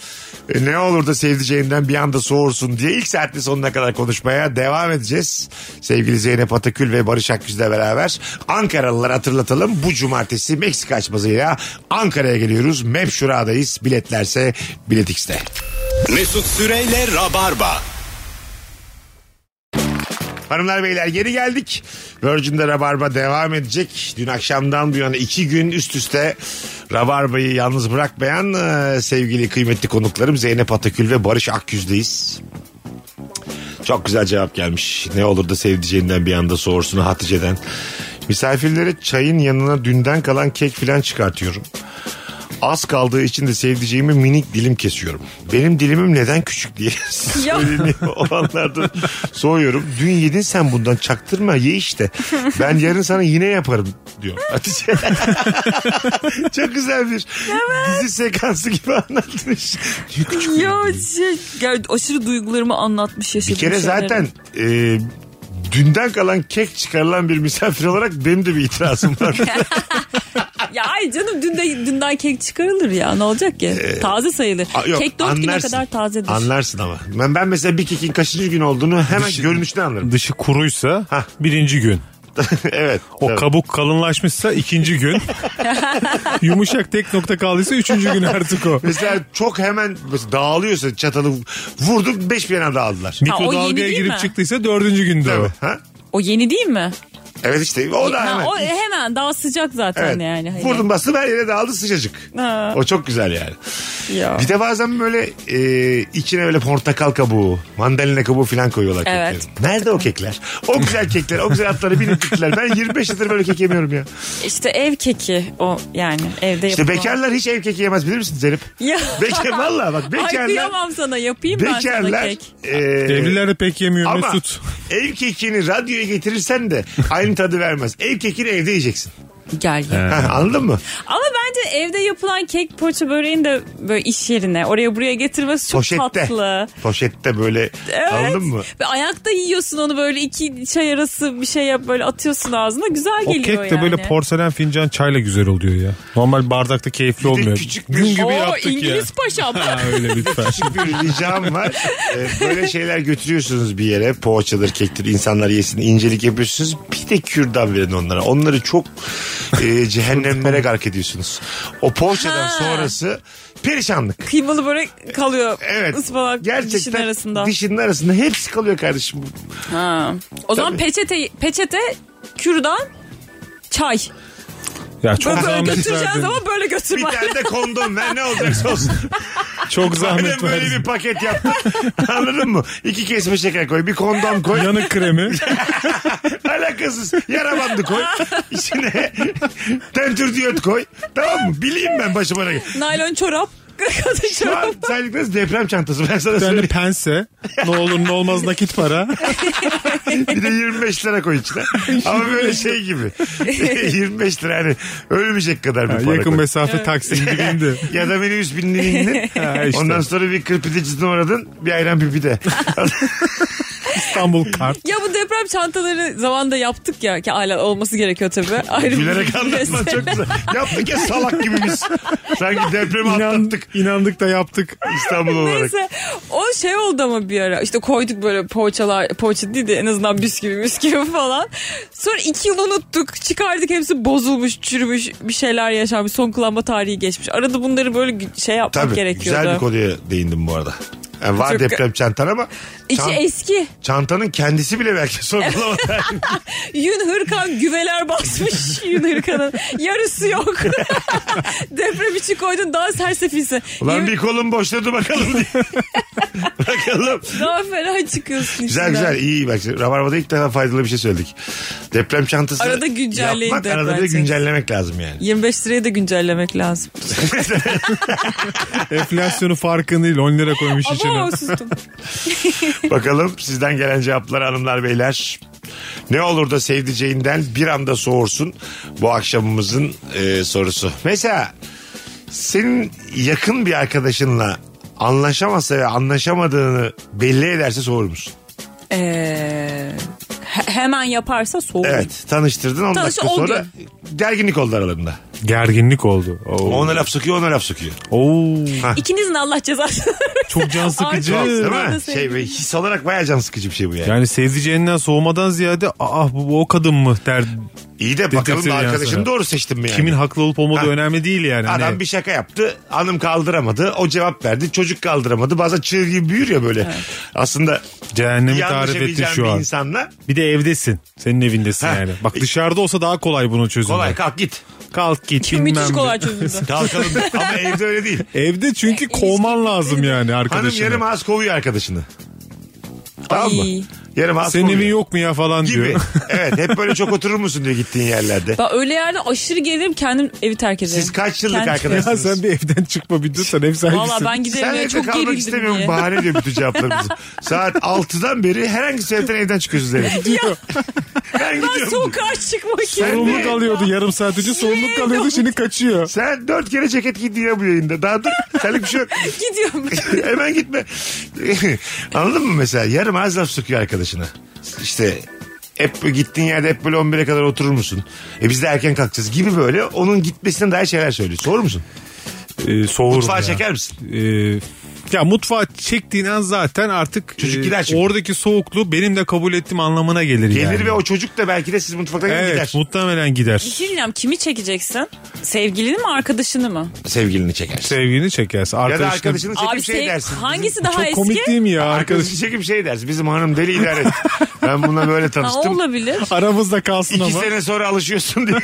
S3: E, ne olur da sevdiceğinden bir anda soğursun diye ilk saatin sonuna kadar konuşmaya devam edeceğiz. Sevgili Zeynep Atakül ve Barış Akgüz'le beraber Ankaralılar hatırlatalım. Bu cumartesi Meksika açmasıyla Ankara'ya geliyoruz. Mep Şura'dayız. Biletlerse Bilet X'te.
S2: Mesut Süreyle Rabarba.
S3: Hanımlar beyler geri geldik. Virgin'de Rabarba devam edecek. Dün akşamdan bu yana iki gün üst üste Rabarba'yı yalnız bırakmayan e, sevgili kıymetli konuklarım Zeynep Atakül ve Barış Akyüz'deyiz. Çok güzel cevap gelmiş. Ne olur da sevdiceğinden bir anda soğursun Hatice'den. Misafirlere çayın yanına dünden kalan kek filan çıkartıyorum. Az kaldığı için de sevdiceğimi minik dilim kesiyorum. Benim dilimim neden küçük diye
S4: Ya.
S3: söyleniyor olanlardan soğuyorum. Dün yedin sen bundan çaktırma ye işte. Ben yarın sana yine yaparım diyor Hatice. Çok güzel bir dizi sekansı gibi anlatmış. Küçük dilim.
S4: Ya şey, gel- aşırı duygularımı anlatmış yaşadım.
S3: Bir kere zaten e, dünden kalan kek çıkarılan bir misafir olarak benim de bir itirazım var.
S4: Ya ay canım dün de, dünden kek çıkarılır ya ne olacak ki? taze sayılır.
S3: Ee, A- yok,
S4: kek dört güne
S3: anlarsın.
S4: kadar tazedir.
S3: Anlarsın ama. Ben, ben mesela bir kekin kaçıncı gün olduğunu hemen
S5: Dışı-
S3: görünüşten anlarım.
S5: Dışı kuruysa
S3: Hah.
S5: birinci gün.
S3: evet.
S5: O
S3: tabii.
S5: kabuk kalınlaşmışsa ikinci gün. Yumuşak tek nokta kaldıysa üçüncü gün artık o.
S3: Mesela çok hemen mesela dağılıyorsa çatalı vurduk beş bir yana dağıldılar.
S4: yeni
S5: Mikrodalgaya
S4: değil
S5: girip
S4: mi?
S5: çıktıysa dördüncü günde
S3: Tabii.
S5: o.
S3: Ha?
S4: O yeni değil mi?
S3: Evet işte o da
S4: E, Ha,
S3: hemen.
S4: o hemen daha sıcak zaten
S3: Evet.
S4: yani. Hani.
S3: Vurdum bastım her yere dağıldı sıcacık.
S4: Ha.
S3: O çok güzel yani.
S4: Ya.
S3: Bir de bazen böyle e, içine böyle portakal kabuğu, mandalina kabuğu falan koyuyorlar
S4: Evet,
S3: keklerin. Nerede o kekler? O güzel kekler, o güzel atları binip gittiler. Ben 25 yıldır böyle kek yemiyorum ya.
S4: İşte ev keki o yani evde
S3: İşte
S4: yapılan.
S3: bekarlar hiç ev keki yemez bilir misin Zeynep?
S4: Ya.
S3: Bekar valla bak
S4: Ay
S3: bekarlar.
S4: kıyamam sana yapayım ben sana
S3: Bekarlar
S4: kek.
S3: e,
S5: Evliler de pek yemiyor
S3: ama
S5: Mesut.
S3: ev kekini radyoya getirirsen de aynı tadı vermez. Ev kekini evde yiyeceksin.
S4: Gel gel.
S3: Ha, anladın mı?
S4: Ama bence evde yapılan kek poğaça böreğini de böyle iş yerine oraya buraya getirmesi çok
S3: Poşette.
S4: tatlı.
S3: Poşette böyle
S4: Evet.
S3: anladın mı?
S4: Ve ayakta yiyorsun onu böyle iki çay arası bir şey yap böyle atıyorsun ağzına güzel
S5: O kek
S4: geliyor
S5: de
S4: yani.
S5: böyle porselen fincan çayla güzel oluyor ya. Normal bardakta keyifli
S3: Bir de
S5: olmuyor.
S3: küçük
S5: Gün
S3: bir
S5: gibi
S4: Oo,
S5: yaptık
S4: İngiliz paşam.
S5: ya. Ha, öyle lütfen.
S3: küçük bir ricam var. Ee, böyle şeyler götürüyorsunuz bir yere. Poğaçadır, kektir, insanlar yesin, incelik yapıyorsunuz. Bir de kürdan verin onlara. Onları çok e, cehennemlere gark ediyorsunuz. O poğaçadan
S4: Ha.
S3: sonrası perişanlık.
S4: Kıymalı börek kalıyor
S3: Evet.
S4: ıspanak dişin arasında.
S3: Dişinin arasında hepsi kalıyor kardeşim.
S4: Ha. O zaman
S3: Tabii.
S4: peçete peçete kürdan çay.
S5: Ya çok
S4: böyle
S5: zahmet
S4: götüreceğiz
S5: verdin.
S4: ama böyle
S3: Bir
S4: götürme.
S3: tane de kondom ver ne olacaksa olsun.
S5: Çok
S3: Aynen
S5: zahmet
S3: böyle
S5: verdin.
S3: bir paket yaptım. Anladın mı? İki kesme şeker koy. Bir kondom koy.
S5: Yanık kremi.
S3: Alakasız. Yara bandı koy. İçine tentür diyot koy. Tamam mı? Bileyim ben başıma ne.
S4: Naylon çorap. Kadın
S3: Şu
S4: çorap.
S3: an saydık nasıl deprem çantası ben sana
S5: Bir tane
S3: söyleyeyim.
S5: pense. Ne olur ne olmaz nakit para.
S3: Bir de 25 lira koy içine. Ama böyle şey gibi. 25 lira hani ölmeyecek kadar bir
S5: Ha,
S3: para
S5: yakın
S3: koy.
S5: mesafe taksim gibi indi.
S3: Ya da beni 100 bin liraya indin.
S5: Ha, işte.
S3: Ondan sonra bir kırpidecine uğradın. Bir ayran pipi de.
S5: İstanbul kart.
S4: Ya bu deprem çantaları zamanında yaptık ya ki hala olması gerekiyor tabii. Ayrı bir
S3: Gülerek anlatman
S4: mesele.
S3: çok güzel. Yaptık ya salak gibi biz. Sanki depremi atlattık
S5: İnandık, inandık da yaptık.
S3: İstanbul olarak.
S4: Neyse o şey oldu ama bir ara işte koyduk böyle poğaçalar poğaça değil de en azından bisküvi bisküvi falan. Sonra iki yıl unuttuk çıkardık hepsi bozulmuş çürümüş bir şeyler yaşanmış son kullanma tarihi geçmiş. Arada bunları böyle gü- şey yapmak
S3: Tabii
S4: gerekiyordu.
S3: güzel bir konuya değindim bu arada. Yani var
S4: Çok-
S3: deprem çantan ama
S4: İçi
S3: çan-
S4: eski
S3: çantanın kendisi bile belki sorgulamadı.
S4: yün hırkan güveler basmış yün hırkanın yarısı yok. Deprem içi koydun daha sersefilsin.
S3: Ulan
S4: Yemin-
S3: bir kolum boşladı bakalım diye. bakalım.
S4: Daha fena çıkıyorsun
S3: Güzel
S4: içinden.
S3: güzel iyi bak. Rabarba'da ilk defa faydalı bir şey söyledik. Deprem çantası
S4: Arada güncelleyin
S3: yapmak
S4: deprem
S3: arada bir de
S4: çantası.
S3: güncellemek lazım yani.
S4: 25 lirayı da güncellemek lazım.
S5: Enflasyonu farkındayla 10 lira koymuş içine.
S4: Ama sustum.
S3: Bakalım sizden gelen cevaplar hanımlar beyler. Ne olur da sevdiceğinden bir anda soğursun bu akşamımızın e, sorusu. Mesela senin yakın bir arkadaşınla anlaşamasa ve anlaşamadığını belli ederse soğur musun?
S4: Ee, he- hemen yaparsa soğuk.
S3: Evet tanıştırdın 10
S4: Tanış-
S3: dakika
S4: on
S3: sonra gerginlik oldu aralarında.
S5: Gerginlik oldu. Oo.
S3: Ona laf sokuyor ona laf sokuyor.
S5: Oo.
S4: İkinizin Allah cezası.
S5: Çok can
S4: Çok,
S3: Değil
S5: sıkıcı.
S4: Evet.
S3: mi?
S4: Evet.
S3: Şey, ve his olarak bayağı can sıkıcı bir şey bu yani.
S5: Yani sevdiceğinden soğumadan ziyade ah bu, bu o kadın mı der.
S3: İyi de bakalım
S5: Dedirtir
S3: da
S5: yani
S3: arkadaşını
S5: sana.
S3: doğru seçtin mi yani?
S5: Kimin haklı olup olmadığı
S3: Ha.
S5: önemli değil yani. Hani-
S3: Adam bir şaka yaptı. Hanım kaldıramadı. O cevap verdi. Çocuk kaldıramadı. Bazen çığ gibi büyür ya böyle. Aslında
S5: Cehennemi
S3: şey yanlış
S5: tarif ettin
S3: yapabileceğin
S5: şu
S3: bir
S5: an.
S3: insanla
S5: Bir de evdesin. Senin evindesin yani. Bak dışarıda olsa daha kolay bunun çözümü.
S3: kolay kalk git.
S5: Kalk git bilmem
S4: Müthiş
S5: ne.
S4: kolay çözüldü.
S3: Kalkalım. Ama evde öyle değil.
S5: Evde çünkü kovman lazım yani
S3: Hanım
S5: arkadaşını.
S3: yarım ağız kovuyor arkadaşını. Tamam mı?
S4: Ay.
S3: Yarım ağız
S5: Senin
S3: kovuyor.
S5: evin yok mu ya falan
S3: Gibi.
S5: diyor.
S3: evet hep böyle çok oturur musun diyor gittiğin yerlerde.
S4: Ben öyle yerde aşırı gelirim kendim evi terk ederim.
S3: Siz kaç yıllık
S4: Kendim-
S3: arkadaşsınız?
S5: ya sen bir evden çıkma bir dur sen ev sahibisin.
S4: Valla ben giderim
S3: Sen
S4: ya
S3: evde
S4: çok
S3: kalmak
S4: gerildim
S3: istemiyorum
S4: diye.
S3: bahane diyor bütün cevaplarımızı. Saat 6'dan beri herhangi sebepten evden çıkıyorsunuz eve.
S5: gidiyor.
S3: Ben
S4: Ben
S3: gidiyorum.
S4: sokağa çıkmak istiyorum.
S5: Sorumluluk alıyordu yarım saat önce sorumluluk alıyordu şimdi kaçıyor.
S3: Sen dört kere ceket giydin ya bu yayında. Daha dur. Senlik bir şey yok.
S4: Gidiyorum.
S3: Hemen gitme. Anladın mı mesela? Yarım az laf sokuyor arkadaşına. İşte hep gittiğin yerde hep böyle 11'e kadar oturur musun? E biz de erken kalkacağız gibi böyle onun gitmesine dair şeyler söylüyor. Sorur musun?
S5: Ee, soğurum
S3: Mutfağa
S5: ya.
S3: çeker misin?
S5: Ee, ya mutfağa çektiğin an zaten artık e,
S3: Çocuk gider çünkü.
S5: oradaki soğukluğu benim de kabul ettiğim anlamına gelir,
S3: Gelir
S5: yani.
S3: ve o çocuk da belki de siz mutfaktan
S5: Evet
S3: gider.
S5: muhtemelen
S4: Bir
S5: gider.
S4: şey diyeceğim kimi çekeceksin? Sevgilini mi arkadaşını mı?
S3: Sevgilini çekersin.
S5: Sevgilini çekersin.
S3: ya da
S5: Arkadaşını...
S3: arkadaşını çekip
S4: Abi
S3: şey
S4: sev-
S3: dersin.
S4: hangisi daha
S5: Çok
S4: eski?
S5: komik değil mi ya arkadaş?
S3: Arkadaşını çekip şey dersin. Bizim hanım deli idare et. Ben bununla böyle
S4: Ha,
S3: tanıştım.
S4: olabilir.
S5: Aramızda kalsın
S3: İki
S5: ama.
S3: sene sonra alışıyorsun diye.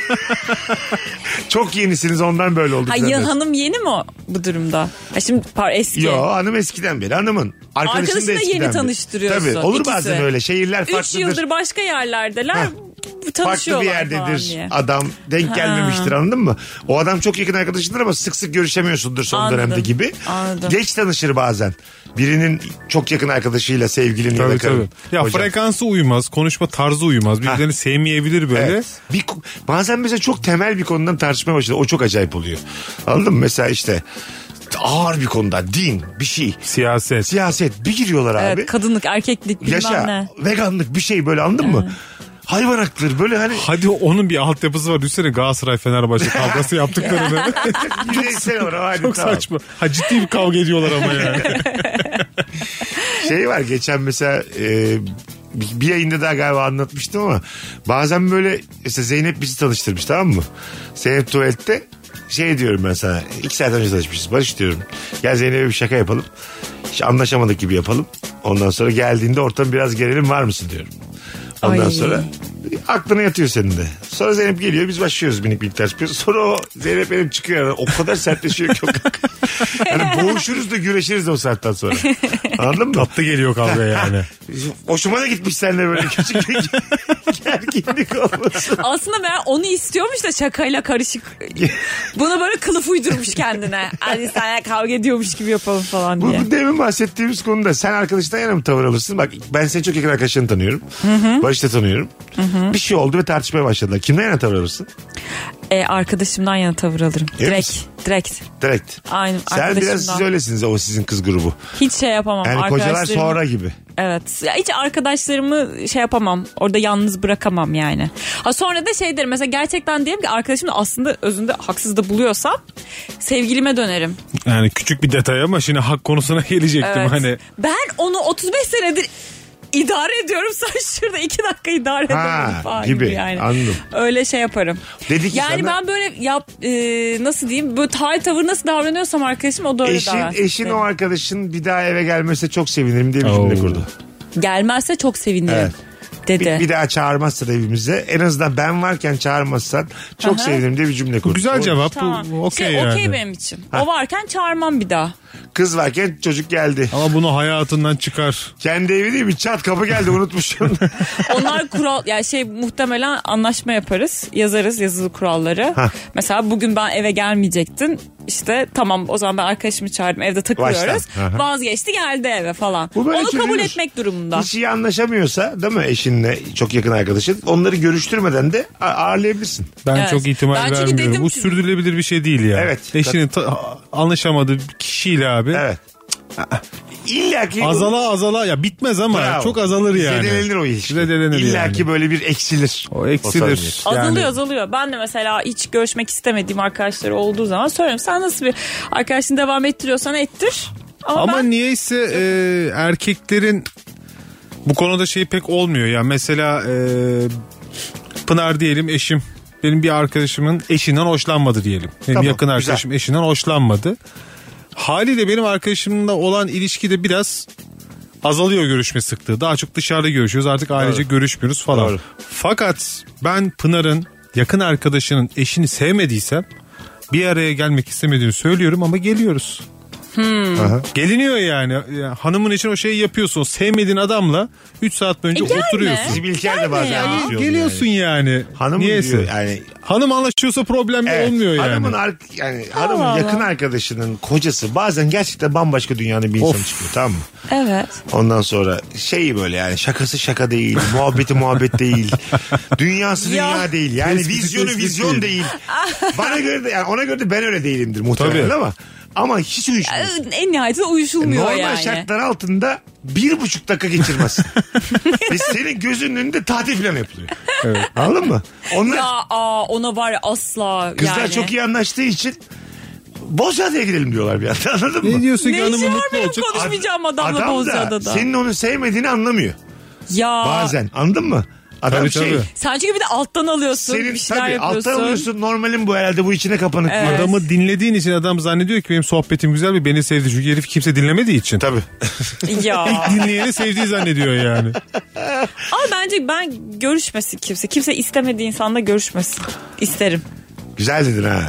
S3: Çok yenisiniz ondan böyle oldu.
S4: Ha,
S3: zaten.
S4: ya hanım yeni mi o bu durumda? Ha, şimdi par eski.
S3: Yo hanım eskiden beri hanımın. Arkadaşını,
S4: Arkadaşını
S3: da
S4: da
S3: eskiden
S4: yeni
S3: beri.
S4: tanıştırıyorsun.
S3: Tabii olur
S4: İkisi.
S3: bazen öyle şehirler
S4: Üç
S3: farklıdır.
S4: yıldır başka yerlerdeler.
S3: Hah.
S4: bu-
S3: Farklı bir
S4: Tanışıyorlar falan
S3: yerdedir
S4: diye.
S3: adam denk
S4: Ha.
S3: gelmemiştir anladın mı? O adam çok yakın arkadaşındır ama sık sık görüşemiyorsundur son
S4: Anladım.
S3: dönemde gibi.
S4: Anladım.
S3: Geç tanışır bazen. Birinin çok yakın arkadaşıyla sevgilinin ya da
S5: Tabii
S3: karın.
S5: tabii. Ya
S3: Hocam.
S5: frekansı uymaz, konuşma tarzı uymaz. Birbirlerini sevmeyebilir böyle.
S3: Evet. Bir, ko- bazen mesela çok temel bir konudan tartışmaya başladı. O çok acayip oluyor. Anladın mı? Mesela işte ağır bir konuda din bir şey
S5: Siyaset.
S3: siyaset bir giriyorlar
S4: Evet,
S3: abi.
S4: kadınlık, erkeklik bilmem
S3: Yaşa
S4: ne.
S3: veganlık bir şey böyle anladın mı? Hayvan hakları böyle hani
S5: Hadi onun bir altyapısı var. Düşünsene Galatasaray Fenerbahçe kavgası yaptıklarını.
S3: bireysel olarak
S5: Çok saçma. Ha ciddi bir kavga ediyorlar ama yani.
S3: şey var geçen mesela e, bir bir yayında daha galiba anlatmıştım ama bazen böyle işte Zeynep bizi tanıştırmış tamam mı? Zeynep tuvalette şey diyorum ben sana iki saat önce tanışmışız Barış diyorum. Gel Zeynep'e bir şaka yapalım. Hiç anlaşamadık gibi yapalım. Ondan sonra geldiğinde ortam biraz gerilim var mısın diyorum. Ondan
S4: Ay.
S3: sonra aklına yatıyor senin de. Sonra Zeynep geliyor biz başlıyoruz minik minik ters yapıyoruz. Sonra o Zeynep benim çıkıyor. Yani o kadar sertleşiyor ki. o kadar. yani boğuşuruz da güreşiriz de o saatten sonra. Anladın mı?
S5: Tatlı geliyor kavga yani.
S3: Hoşuma da gitmiş seninle böyle küçük bir gerginlik olması.
S4: Aslında ben onu istiyormuş da şakayla karışık. Buna böyle kılıf uydurmuş kendine. Hadi sana kavga ediyormuş gibi yapalım falan
S3: Bu,
S4: diye.
S3: bu demin bahsettiğimiz konuda sen arkadaştan yana mı tavır alırsın? Bak ben seni çok yakın arkadaşını tanıyorum. Barış'ı da tanıyorum. Bir şey oldu ve tartışmaya başladılar. Kimden yana tavır alırsın?
S4: E, arkadaşımdan yana tavır alırım.
S3: Değil
S4: direkt.
S3: misin?
S4: Direkt.
S3: Direkt.
S4: Aynen,
S3: Sen
S4: arkadaşımdan.
S3: biraz siz öylesiniz o sizin kız grubu.
S4: Hiç şey yapamam.
S3: Yani kocalar
S4: Arkadaşlarımı-
S3: sonra gibi.
S4: Evet. Ya hiç arkadaşlarımı şey yapamam. Orada yalnız bırakamam yani. Ha sonra da şey derim. Mesela gerçekten diyelim ki arkadaşım da aslında özünde haksız da buluyorsam sevgilime dönerim.
S5: Yani küçük bir detay ama şimdi hak konusuna gelecektim
S4: Evet.
S5: hani.
S4: Ben onu 35 senedir idare ediyorum. Sen şurada 2 dakika idare
S3: Ha,
S4: edemedin falan gibi.
S3: gibi.
S4: yani.
S3: Anladım.
S4: Öyle şey yaparım.
S3: Dedi ki
S4: yani
S3: sana-
S4: ben böyle yap e, nasıl diyeyim böyle tay tavır nasıl davranıyorsam arkadaşım o da öyle
S3: Eşin,
S4: davransın.
S3: eşin o arkadaşın bir daha eve gelmese çok sevinirim diye bir
S5: Oo.
S3: cümle kurdu.
S4: Gelmezse çok sevinirim.
S3: Evet.
S4: Dedi.
S3: Bir, bir daha çağırmazsan evimize en azından ben varken çağırmazsan çok
S4: Aha.
S3: sevinirim diye bir cümle kurdu.
S5: Güzel
S3: O-
S5: cevap.
S4: Tamam.
S5: Bu Okey
S4: şey,
S5: yani.
S4: okey benim için. O varken çağırmam bir daha.
S3: Kız varken çocuk geldi.
S5: Ama bunu hayatından çıkar.
S3: Kendi evi değil mi? Çat kapı geldi unutmuşsun.
S4: Onlar kural yani şey muhtemelen anlaşma yaparız. Yazarız yazılı kuralları. Mesela bugün ben eve gelmeyecektin. İşte tamam o zaman ben arkadaşımı çağırdım evde takılıyoruz.
S3: Baştan. Aha.
S4: Vazgeçti geldi eve falan.
S3: Bu böyle
S4: Onu kabul
S3: çözülür.
S4: etmek durumunda.
S3: Hiç iyi anlaşamıyorsa değil mi eşinle çok yakın arkadaşın onları görüştürmeden de a- ağırlayabilirsin.
S5: Ben
S4: Evet.
S5: çok ihtimal
S4: Ben çünkü
S5: vermiyorum.
S4: dedim
S5: Bu
S4: ki-
S5: sürdürülebilir bir şey değil ya.
S3: Evet.
S5: Eşinin ta- anlaşamadığı bir kişiyle abi.
S3: Evet. İlla ki
S5: Azala azala ya bitmez ama
S3: Bravo.
S5: çok azalır yani.
S3: Zedelenir o ilişki.
S5: Zedelenir
S3: İlla
S5: yani.
S3: ki böyle bir eksilir.
S5: O eksilir.
S3: samimiyet.
S4: Azalıyor
S5: Yani-
S4: azalıyor. Ben de mesela hiç görüşmek istemediğim arkadaşları olduğu zaman söylüyorum. Sen nasıl bir arkadaşını devam ettiriyorsan ettir. Ama,
S5: Ama
S4: ben
S5: niyeyse e, erkeklerin bu konuda şey pek olmuyor ya. Mesela e, Pınar diyelim eşim. Benim bir arkadaşımın eşinden hoşlanmadı diyelim. Benim
S3: Tamam,
S5: yakın
S3: güzel.
S5: arkadaşım eşinden hoşlanmadı. Haliyle benim arkadaşımla olan ilişkide biraz azalıyor görüşme sıklığı. Daha çok dışarıda görüşüyoruz. Artık ailece görüşmüyoruz falan.
S3: Doğru.
S5: Fakat ben Pınar'ın yakın arkadaşının eşini sevmediysem bir araya gelmek istemediğini söylüyorum ama geliyoruz.
S4: Hmm.
S5: Geliniyor yani. Yani Hanımın için o şeyi yapıyorsun. O Sevmediğin adamla 3 saat boyunca
S4: E gelme.
S5: oturuyorsun.
S3: Bizim İlker de bazen şey
S4: Gelme ya.
S3: anlatıyor onu
S5: Geliyorsun yani.
S3: Hanımın
S5: Niyeyse.
S3: diyor yani-
S5: Hanım anlaşıyorsa problem
S3: Evet,
S5: olmuyor yani.
S3: Hanımın, ar- yani hanımın
S4: Allah.
S3: yakın arkadaşının kocası bazen gerçekten bambaşka dünyanın bir insanı
S5: Of.
S3: çıkıyor tamam mı?
S4: evet.
S3: Ondan sonra şey böyle yani şakası şaka değil, muhabbeti muhabbet değil, dünyası
S4: Ya.
S3: dünya değil. Yani
S5: Tespiti
S3: vizyonu
S5: tespit
S3: vizyon
S5: değil.
S3: değil. Bana göre de yani ona göre de ben öyle değilimdir muhtemelen
S5: Tabii.
S3: ama ama hiç uyuşmuyor.
S4: Ee, En nihayetinde uyuşulmuyor
S3: Normal
S4: yani.
S3: şartlar altında bir buçuk dakika geçirmezsin. Ve senin gözünün önünde tatil planı yapılıyor. Anladın mı? Onlar
S4: Ya aa, ona var ya asla
S3: kızlar
S4: yani.
S3: çok iyi anlaştığı için Bozcaada'ya gidelim diyorlar bir anda anladın
S5: Ne
S3: mı?
S5: diyorsun ki
S4: Ne
S5: hanımı
S4: işi var
S5: mutlu
S4: benim
S5: olacak?
S4: konu- Konuşmayacağım
S3: Ad-
S4: adamla
S3: adam da
S4: Bozcaada'da.
S3: senin onu sevmediğini anlamıyor
S4: Ya.
S3: bazen anladın mı? Adam
S5: Tabii,
S3: şey
S5: tabii.
S4: Sen çünkü bir de alttan alıyorsun.
S3: Senin
S4: bir şeyler
S3: tabii
S4: yapıyorsun.
S3: alttan alıyorsun normalin bu herhalde bu içine kapanık. Evet.
S5: Adamı dinlediğin için adam zannediyor ki benim sohbetim güzel ve beni sevdi. Çünkü herif kimse dinlemediği için.
S3: Tabii.
S4: Ya.
S5: Dinleyeni sevdiği zannediyor yani.
S4: Ama bence ben görüşmesin kimse. Kimse istemediği insanla görüşmesin. İsterim.
S3: Güzel dedin ha.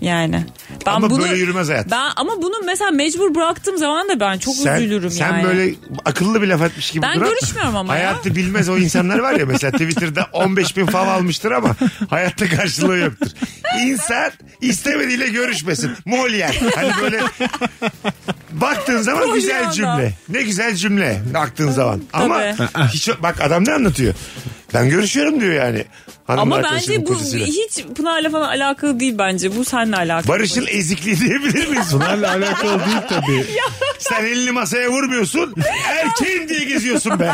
S4: Yani. Ben
S3: Ama
S4: bunu,
S3: böyle yürümez hayat.
S4: Ben, ama bunu mesela mecbur bıraktığım zaman da ben çok üzülürüm
S3: sen
S4: yani.
S3: böyle akıllı bir laf etmiş gibi
S4: Ben
S3: duran,
S4: görüşmüyorum ama ya.
S3: Hayatta bilmez o insanlar var ya mesela Twitter'da 15 bin fav almıştır ama hayatta karşılığı yoktur. İnsan istemediğiyle görüşmesin. Mol yer. Hani böyle baktığın zaman
S4: Mol
S3: güzel
S4: yana.
S3: cümle. Ne güzel cümle baktığın zaman. Ama
S4: Tabii.
S3: hiç bak adam ne anlatıyor? Ben görüşüyorum diyor yani. Hanım
S4: Ama
S3: arkadaşımın
S4: bence bu
S3: kocasıyla.
S4: hiç Pınar'la falan alakalı değil bence. Bu seninle alakalı.
S3: Barış'ın ezikliği diyebilir miyiz?
S5: Bunlarla alakalı değil tabii.
S3: Sen elini masaya vurmuyorsun. Erkeğim diye geziyorsun be.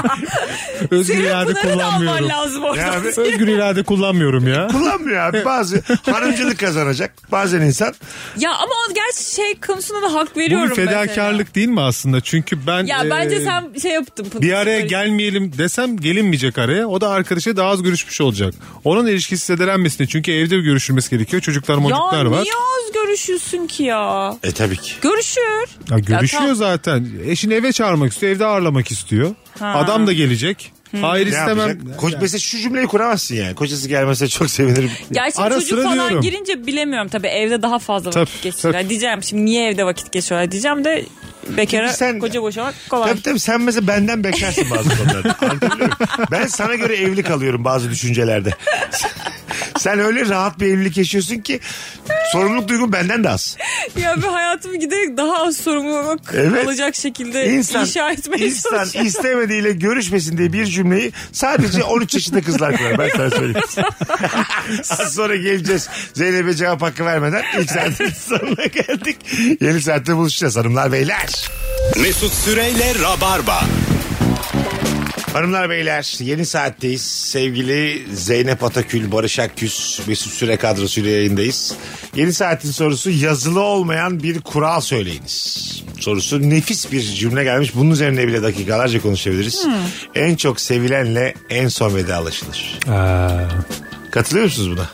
S5: Özgür
S4: Senin
S5: irade
S4: Pınar'ı da alman
S5: kullanmıyorum.
S4: lazım oradan.
S3: Ya abi,
S5: Özgür irade kullanmıyorum ya.
S3: kullanmıyor abi. Bazı hanımcılık kazanacak. Bazen insan
S4: Ya ama o gerçi şey konusunda da hak
S5: Bu
S4: veriyorum.
S5: bir fedakarlık
S4: mesela.
S5: değil mi aslında? Çünkü ben
S4: Ya bence
S5: e,
S4: sen şey yaptın. Pınar.
S5: bir araya gelmeyelim desem gelinmeyecek araya. O da arkadaşa daha az görüşmüş olacak. Onun ilişkisi zedelenmesine çünkü evde görüşülmesi gerekiyor. Çocuklar
S4: Ya
S5: mocuklar var.
S4: niye az görüşürsün ki ya?
S3: E tabii ki.
S4: Görüşür.
S5: Ya görüşüyor
S4: Ya tam-
S5: zaten. Eşini eve çağırmak istiyor, evde ağırlamak istiyor. Adam da gelecek.
S4: Hmm.
S5: Hayır
S3: Ne
S5: istemem.
S3: yapacak? Koç, mesela şu cümleyi kuramazsın yani. Kocası gelmese çok sevinirim.
S4: Gerçi
S5: Ara
S4: çocuk
S5: sıra
S4: falan
S5: diyorum.
S4: girince bilemiyorum tabii evde daha fazla
S5: Tabii,
S4: vakit geçiyorlar.
S5: tabii.
S4: Diyeceğim şimdi niye evde vakit geçiyorlar diyeceğim de bekara
S3: Çünkü sen-
S4: koca boşamak kolay.
S3: Tabii tabii sen mesela benden bekarsın bazı konularda. Anlatabiliyor muyum? ben sana göre evli kalıyorum bazı düşüncelerde. sen öyle rahat bir evlilik yaşıyorsun ki sorumluluk duygun benden de az.
S4: Ya bir hayatımı giderek daha az sorumluluk
S3: Evet.
S4: olacak şekilde
S3: İnsan,
S4: inşa etmeye
S3: insan
S4: çalışıyorum.
S3: istemediğiyle görüşmesin diye bir cümleyi sadece 13 yaşında kızlar kurar. Ben sana söyleyeyim. Az sonra geleceğiz. Zeynep'e cevap hakkı vermeden ilk saatin sonuna geldik. Yeni saatte buluşacağız hanımlar beyler.
S2: Mesut Süreyle Rabarba.
S3: Hanımlar beyler yeni saatteyiz. Sevgili Zeynep Atakül, Barış Akgüz, Mesut Süre kadrosuyla yayındayız. Yeni saatin sorusu yazılı olmayan bir kural söyleyiniz. Sorusu nefis bir cümle gelmiş. Bunun üzerine bile dakikalarca konuşabiliriz. En çok sevilenle en son vedalaşılır. Katılıyor musunuz buna?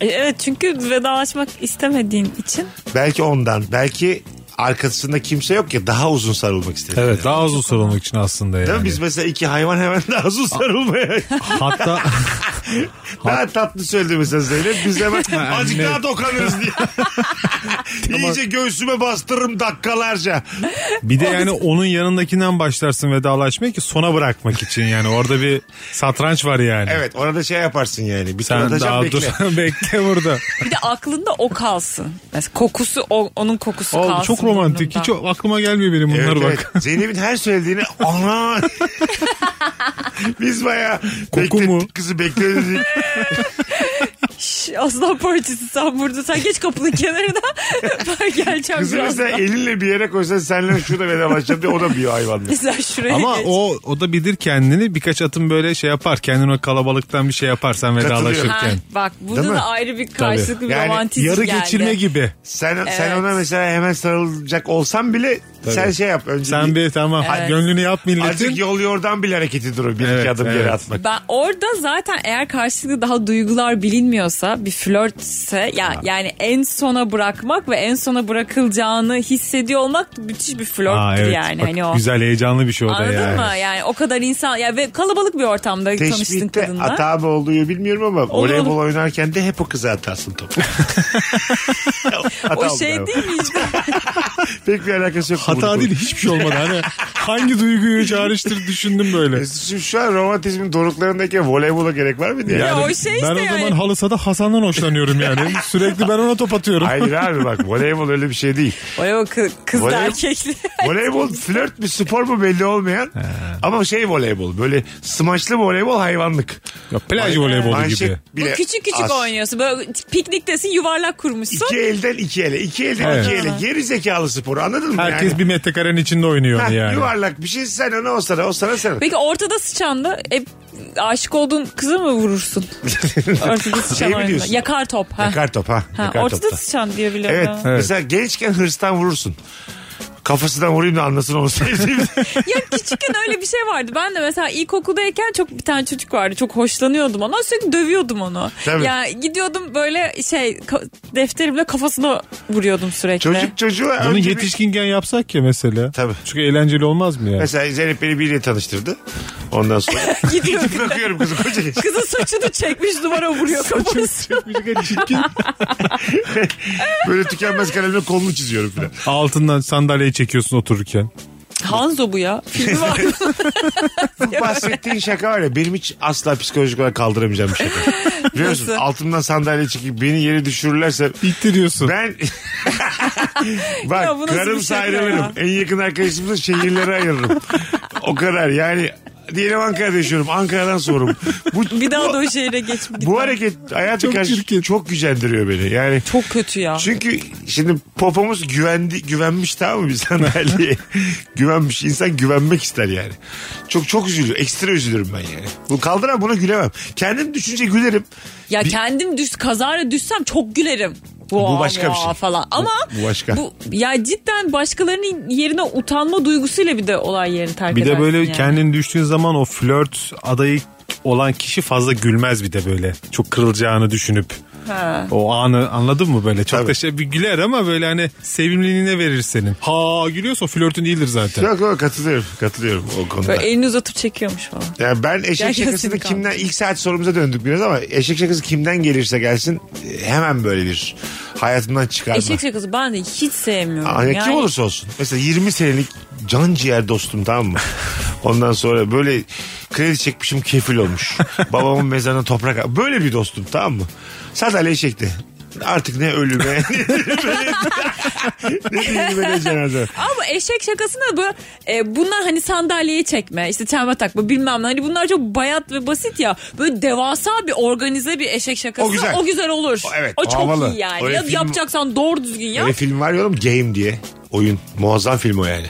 S4: Evet çünkü vedalaşmak istemediğin için
S3: Belki ondan, belki arkasında kimse yok ya daha uzun sarılmak istedim.
S5: Evet daha uzun sorulmak için aslında yani.
S3: Değil mi? Biz mesela iki hayvan hemen daha uzun sarılmaya
S5: Hatta
S3: Daha tatlı söyledi mesela Zeynep. Biz hemen azıcık
S5: ne?
S3: daha dokanırız diye. İyice göğsüme bastırırım dakikalarca.
S5: bir de yani onun yanındakinden başlarsın vedalaşmaya ki sona bırakmak için yani. Orada bir satranç var yani.
S3: Evet orada şey yaparsın yani. Bir
S5: Sen
S3: kıvırtacağım,
S5: daha
S3: bekle.
S5: dur bekle burada.
S4: bir de aklında o kalsın. Mesela kokusu o- onun kokusu
S5: Oğlum,
S4: kalsın.
S5: çok romantik.
S4: burnunda.
S5: Hiç o- aklıma gelmiyor benim bunlar
S3: Evet,
S5: bak.
S3: evet. Zeynep'in her söylediğini ana. Biz baya
S5: Koku mu?
S3: kızı bekledik.
S4: Şş, Aslan parçası sen burada sen geç kapının kenarına ben geleceğim
S3: Kızı
S4: birazdan.
S3: mesela elinle bir yere koysan senle şurada vedalaşacağım diye o da bir hayvan.
S4: Mesela şuraya
S5: Ama
S4: geç.
S5: o o da bilir kendini birkaç atım böyle şey yapar. Kendini o kalabalıktan bir şey yaparsan
S4: Ha,
S5: vedalaşırken.
S4: bak burada
S3: Değil mi?
S4: da ayrı bir karşılıklı bir
S3: Yani
S4: romantizm
S5: Yarı
S4: geldi.
S5: geçirme gibi.
S3: Sen, sen
S4: Evet.
S3: ona mesela hemen sarılacak olsan bile sen şey yap. Önce
S5: Sen bir tamam
S4: Evet.
S5: gönlünü yap milletin.
S3: Azıcık yol yordan bile hareketi durur. Bir
S5: Evet,
S3: iki adım
S5: evet.
S3: geri atmak.
S4: Ben orada zaten eğer karşılıklı daha duygular bilinmiyorsa bir flörtse ya yani en sona bırakmak ve en sona bırakılacağını hissediyor olmak müthiş bir flörttür
S5: Aa, evet.
S4: yani
S5: Bak,
S4: hani o.
S5: Güzel heyecanlı bir şey o da
S4: Anladın
S5: yani.
S4: mı? Yani o kadar insan ya ve kalabalık bir ortamda tanıştın
S3: Teşbihte
S4: kadınla.
S3: hata mı oluyor bilmiyorum ama
S4: Olur,
S3: voleybol oynarken de hep o kıza atarsın topu. Hata
S4: O
S3: oldu
S4: şey
S3: galiba.
S4: değil mi işte?
S3: Pek bir alakası yok.
S5: Hata
S3: Bunu-
S5: değil hiçbir şey olmadı. Hani hangi duyguyu çağrıştır düşündüm böyle.
S3: E, Şu, şu an romantizmin doruklarındaki voleybola gerek var mı diye.
S4: Ya
S5: Yani
S4: o şey işte
S5: ben o
S4: yani.
S5: zaman halı sahada Hasan'dan hoşlanıyorum yani. Sürekli ben ona top atıyorum.
S3: Hayır abi bak voleybol öyle bir şey değil.
S4: Oraya bak kı- kız
S3: Voleybol-
S4: da erkekli.
S3: Voleybol flört mü spor mu belli olmayan ama şey voleybol böyle smaçlı voleybol hayvanlık.
S5: Ya, plaj voleybolu
S3: Manşet
S5: gibi.
S3: bile
S4: küçük küçük
S3: az.
S4: oynuyorsun. Böyle pikniktesin yuvarlak kurmuşsun.
S3: İki elden iki ele. iki elden
S5: Evet.
S3: iki ele. Geri zekalı sporu anladın mı?
S5: Herkes
S3: Yani-
S5: bir metrekarenin içinde oynuyor onu
S3: Heh,
S5: yani.
S3: Yuvarlak bir şey sen ona o sana o sana sen.
S4: Peki ortada sıçan da e, aşık olduğun kızı mı vurursun? ortada sıçan
S3: Neyi
S4: oyunda.
S3: biliyorsun?
S4: Yakar top. Ha.
S3: Yakar top ha.
S4: Ha,
S3: Yakar
S4: ortada
S3: topta.
S4: sıçan diye biliyorum.
S3: Evet,
S4: ha.
S3: Mesela gençken hırstan vurursun. Kafasından vurayım da anlasın onu sevdiğimi.
S4: ya küçükken öyle bir şey vardı. Ben de mesela ilkokuldayken çok bir tane çocuk vardı. Çok hoşlanıyordum ona. Sürekli dövüyordum onu.
S3: Tabii.
S4: Ya gidiyordum böyle şey ka- defterimle kafasına vuruyordum sürekli.
S3: Çocuk çocuğa
S5: Bunu
S3: önce bir-
S5: yetişkinken yapsak ya mesela.
S3: Tabii.
S5: Çünkü eğlenceli olmaz mı yani?
S3: Mesela Zeynep beni biriyle tanıştırdı. Ondan sonra
S4: Gidiyor.
S3: bırakıyorum kızı koca geç.
S4: Kızın saçını çekmiş duvara vuruyor kafası.
S3: Böyle tükenmez kalemle kolunu çiziyorum falan.
S5: Altından sandalyeyi çekiyorsun otururken.
S4: Hanzo bu ya. Filmi var.
S3: Bu bahsettiğin şaka var ya benim hiç asla psikolojik olarak kaldıramayacağım bir şaka. Biliyor musun?
S4: Nasıl?
S3: Altımdan sandalye çekip beni yere düşürürlerse
S5: İttiriyorsun.
S3: ben bak
S4: Ya bu nasıl bir
S3: karımsa
S4: şaka
S3: ayrılırım.
S4: ya?
S3: En yakın arkadaşımla şehirlere ayrılırım. o kadar yani diyelim Ankara'da yaşıyorum. Ankara'dan sorum. Bu,
S4: Bir daha
S3: bu,
S4: da o şehre geçip gitmem.
S3: bu hareket hayatı
S5: Çok
S3: karşı
S5: çirkin.
S3: çok gücendiriyor beni. Yani
S4: Çok kötü ya.
S3: Çünkü şimdi popomuz güvendi, güvenmiş tamam mı bir sandalyeye? güvenmiş. İnsan güvenmek ister yani. Çok çok üzülür. Ekstra üzülürüm ben yani. Bu kaldıran buna gülemem. Kendim düşünce gülerim.
S4: Ya
S3: Bir-
S4: kendim düş kazara düşsem çok gülerim. Vaa,
S3: başka bir
S4: vaa
S3: şey.
S4: Falan.
S3: Bu-
S4: Ama
S3: bu başka.
S4: ya cidden başkalarının yerine utanma duygusuyla bir de olay yerini terk
S5: Bir de
S4: edersin
S5: böyle
S4: yani.
S5: kendini düştüğün zaman o flört adayı olan kişi fazla gülmez bir de böyle. Çok kırılacağını düşünüp.
S4: Ha.
S5: O anı anladın mı böyle? Çok
S3: Tabii.
S5: da şey bir güler ama böyle hani sevimliliğine verir senin. Ha gülüyorsa o flörtün değildir zaten.
S3: Yok yok katılıyorum. Katılıyorum o konuda.
S4: Böyle elini uzatıp çekiyormuş falan.
S3: Yani ben eşek
S4: Gerçekten
S3: şakasını
S4: kaldı.
S3: kimden ilk saat sorumuza döndük biraz ama eşek şakası kimden gelirse gelsin e, hemen böyle bir hayatımdan çıkarma.
S4: Eşek şakası ben de hiç sevmiyorum.
S3: Aa, ya Kim
S4: Yani
S3: olursa olsun. Mesela 20 senelik can ciğer dostum tamam mı? Ondan sonra böyle kredi çekmişim kefil olmuş. Babamın mezarına toprak. Böyle bir dostum tamam mı? Sadalye çekti. Artık ne ölüme ne düğünüme ne cenaze.
S4: Ama eşek şakasına bu e, bunlar hani sandalyeye çekme işte çelme takma bilmem ne hani bunlar çok bayat ve basit ya böyle devasa bir organize bir eşek şakası
S3: O
S4: o
S3: güzel.
S4: güzel, olur.
S3: O evet,
S4: o çok
S3: havalı.
S4: iyi yani
S3: Öyle
S4: ya,
S3: film-
S4: yapacaksan doğru düzgün yap.
S3: Öyle film var ya oğlum Game diye. Oyun. Muazzam film o yani.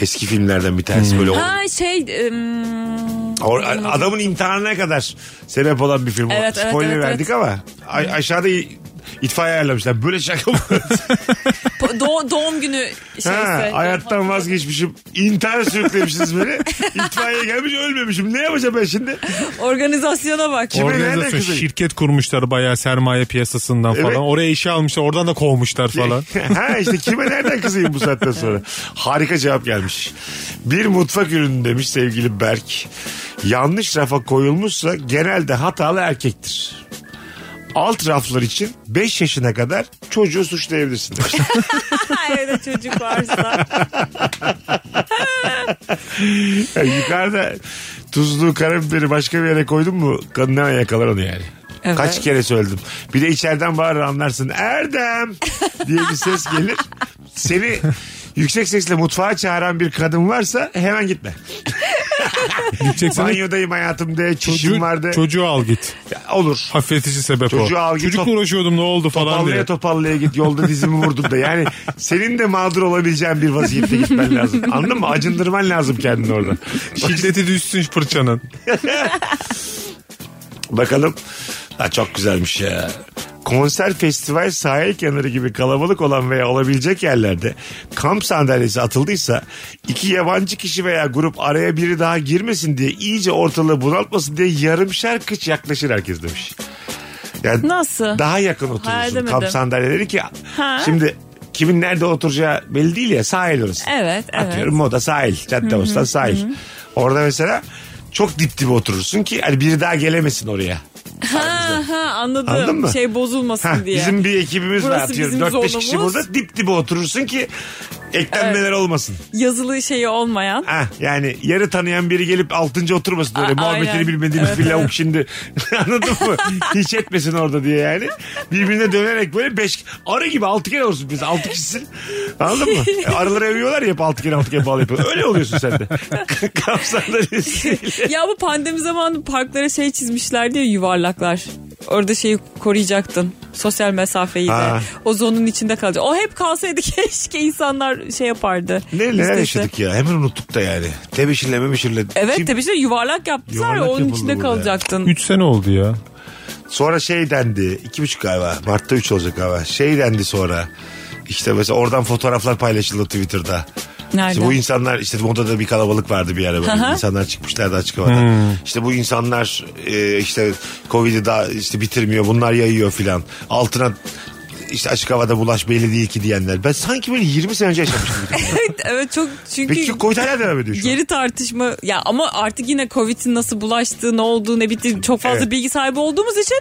S3: Eski filmlerden bir tanesi böyle. o-
S4: Ha şey ım,
S3: o- adamın imtihanına kadar sebep olan bir film. O
S4: Evet, evet,
S3: Spoiler
S4: evet,
S3: verdik ama a- aşağıda i- itfaiye ayarlamışlar. Böyle şaka mı?
S4: Şey, po- doğ- doğum günü şeyse.
S3: Ha, hayattan
S4: Doğum-
S3: vazgeçmişim. İntihar sürüklemişsiniz beni. İtfaiye gelmiş ölmemişim. Ne yapacağım ben şimdi?
S4: Organizasyona bak.
S3: Kim- Kime nereden
S5: Organizasyon
S3: kızıyor?
S5: şirket kurmuşlar bayağı sermaye piyasasından
S3: Evet.
S5: falan. Oraya işe almışlar oradan da kovmuşlar falan.
S3: ha işte kime nereden kızayım bu saatten sonra? Harika cevap gelmiş. Bir mutfak ürünü demiş sevgili Berk. Yanlış rafa koyulmuşsa genelde hatalı erkektir. Alt raflar için 5 yaşına kadar çocuğu suçlayabilirsin. demiş.
S4: Ha, Evde çocuk varsa.
S3: Yani yukarıda tuzlu karabiberi başka bir yere koydun mu kadın hemen yakalar onu yani.
S4: Evet.
S3: Kaç kere söyledim. Bir de içeriden bağırır anlarsın. Erdem diye bir ses gelir. Seni yüksek sesle mutfağa çağıran bir kadın varsa hemen gitme.
S5: Gideceksen de
S3: Banyodayım hayatım de, çişim
S5: çocuğu,
S3: var de.
S5: çocuğu al git.
S3: Olur.
S5: Hafifletici sebep
S3: Çocuğu
S5: o.
S3: al git,
S5: Çocukla
S3: top-
S5: uğraşıyordum ne oldu falan
S3: Topallaya
S5: diye.
S3: topallaya git yolda dizimi vurdum da yani senin de mağdur olabileceğin bir vaziyette gitmen lazım. Anladın mı? Acındırman lazım kendini orada.
S5: Şiddeti düşsün fırçanın.
S3: Bakalım. Ha, çok güzelmiş ya. Konser, festival, sahil kenarı gibi kalabalık olan veya olabilecek yerlerde kamp sandalyesi atıldıysa iki yabancı kişi veya grup araya biri daha girmesin diye iyice ortalığı bunaltmasın diye yarımşar kıç yaklaşır herkes demiş. Yani
S4: Nasıl?
S3: Daha yakın
S4: Hayal
S3: oturursun
S4: edemedim.
S3: kamp sandalyeleri ki
S4: Ha.
S3: şimdi kimin nerede oturacağı belli değil ya sahil orası.
S4: Evet, evet.
S3: Atıyorum moda sahil. Caddebostan sahil. Orada mesela çok dip dibe oturursun ki hani biri daha gelemesin oraya.
S4: ha, ha, anladım.
S3: Anladın mı?
S4: Şey bozulmasın
S3: Ha,
S4: diye.
S3: bizim bir ekibimiz var
S4: Burası
S3: atıyorum.
S4: bizim
S3: 4-5 kişi
S4: zonumuz.
S3: burada dip dibe oturursun ki eklenmeler olmasın.
S4: Yazılı şeyi olmayan.
S3: Ha, Ah, yani yarı tanıyan biri gelip altıncı oturmasın öyle.
S4: A-
S3: Muhabbetini
S4: aynen.
S3: bilmediğimiz
S4: Evet,
S3: bir lavuk şimdi. Anladın mı? Hiç etmesin orada diye yani. Birbirine dönerek böyle beş, arı gibi altı kere olursun biz. Altı kişisin. Anladın mı? E, Arıları övüyorlar ya hep altı kere altı kere bağlı yapıyorlar. Öyle oluyorsun sen de. Kapsamlarıyla.
S4: ya bu pandemi zamanı parklara şey çizmişlerdi ya yuvarlaklar. Orada şeyi koruyacaktın. Sosyal mesafeyi de.
S3: Ha.
S4: O zonun içinde kalacak. O hep kalsaydı keşke insanlar şey yapardı.
S3: Ne, neler
S4: İstese.
S3: yaşadık ya. Hemen unuttuk da yani. Tebeşirle memişirle.
S4: Evet
S3: Kim-
S4: tabii işte yuvarlak yaptılar
S3: Yuvarlak
S4: ya onun
S3: yapıldı
S4: içinde
S3: burada ya.
S4: kalacaktın.
S5: 3 sene oldu ya.
S3: Sonra şey dendi. iki buçuk galiba. Mart'ta üç olacak galiba. Şey dendi sonra. İşte mesela oradan fotoğraflar paylaşıldı Twitter'da.
S4: Nerede?
S3: İşte bu insanlar işte modada bir kalabalık vardı bir ara böyle.
S4: Aha.
S3: İnsanlar çıkmışlardı açık havada. İşte bu insanlar e, işte Covid'i daha işte bitirmiyor. Bunlar yayıyor filan. Altına işte açık havada bulaş belli değil ki diyenler. Ben sanki böyle 20 sene önce yaşamıştım.
S4: evet, evet çok çünkü
S3: Peki Covid hala devam ediyor şu an.
S4: geri tartışma ya ama artık yine Covid'in nasıl bulaştığı ne olduğu ne bitti çok fazla
S3: Evet.
S4: bilgi sahibi olduğumuz için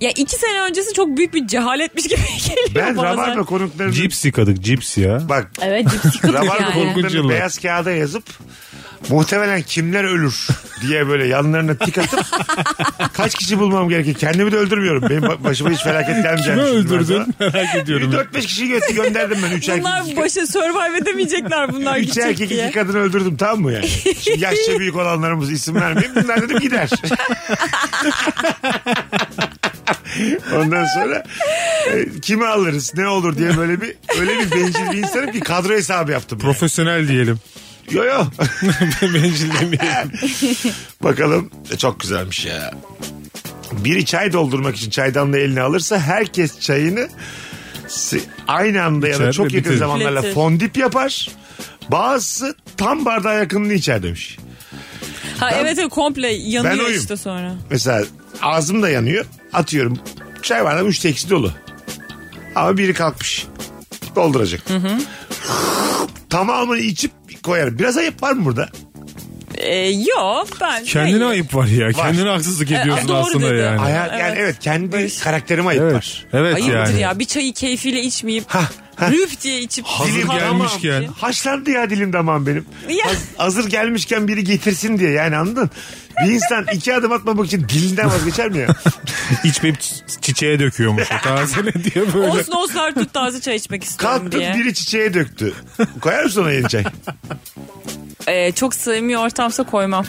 S4: ya iki sene öncesi çok büyük bir cehaletmiş gibi geliyor
S3: Ben
S4: bazen.
S3: Rabarba konuklarını...
S5: Cips yıkadık cips ya.
S3: Bak
S4: Evet cipsi kırdık
S3: Rabarba
S4: yani.
S5: Korkunç
S3: konuklarını
S5: yıllar.
S3: beyaz kağıda yazıp muhtemelen kimler ölür diye böyle yanlarına tik atıp kaç kişi bulmam gerekir. Kendimi de öldürmüyorum. Benim ba- başıma hiç felaket gelmeyeceğini
S5: Kimi
S3: düşündüm ben
S5: öldürdün
S3: sana.
S5: merak ediyorum.
S3: Bir 4-5 kişiyi gö- gönderdim ben. 3 erkek,
S4: Bunlar başa survive edemeyecekler bunlar
S3: üç
S4: gidecek
S3: erkek iki
S4: diye.
S3: kadın öldürdüm tamam mı yani? Şimdi yaşça büyük olanlarımız isim vermeyeyim. Bunlar dedim gider. Ondan sonra e, kimi alırız ne olur diye böyle bir öyle bir bencil bir insanım ki kadro hesabı yaptım. yani.
S5: Profesyonel diyelim.
S3: Yo yo.
S5: Bencil demeyelim.
S3: Bakalım E, çok güzelmiş ya. Biri çay doldurmak için çaydanlığı eline alırsa herkes çayını si- aynı anda ya da
S5: İçer
S3: çok
S5: ve
S3: yakın
S5: bitirir.
S3: zamanlarla
S4: Üfletir.
S3: fondip yapar. Bazısı tam bardağa yakınını içer demiş.
S4: Ha evet evet, komple
S3: Ben
S4: yanıyor
S3: oyum.
S4: işte sonra.
S3: Mesela ağzım da yanıyor. Atıyorum çay bardağım üçte ikisi dolu. Ama biri kalkmış. Dolduracak. Tamamını içip koyar. Biraz ayıp var mı burada?
S4: Ee, yok ben.
S5: Kendine
S4: hayır.
S5: ayıp var ya. Kendine haksızlık ediyorsun
S4: doğru
S5: aslında
S4: dedi.
S5: yani.
S3: Aya- yani evet,
S4: Evet.
S3: kendi karakterime ayıp var.
S5: Evet. Evet
S4: Ayıptır
S5: yani.
S4: ya bir çayı keyfiyle içmeyip
S3: Hah, hah.
S4: rüf diye içip.
S5: Hazır
S4: kalkmak
S5: gelmişken.
S4: için.
S3: Haşlandı ya dilim damağım benim.
S4: Ya.
S3: Haz- hazır gelmişken biri getirsin diye yani anladın? Bir insan iki adım atmamak için dilinden vazgeçer mi ya?
S5: İçmeyip çi- çiçeğe döküyormuş. o Tazele diye böyle.
S4: Olsun olsun artık taze çay içmek istiyorum
S3: Kalktık
S4: diye.
S3: biri çiçeğe döktü. Koyar mısın ona yeni çay?
S4: Ee, çok samimi ortamsa koymam.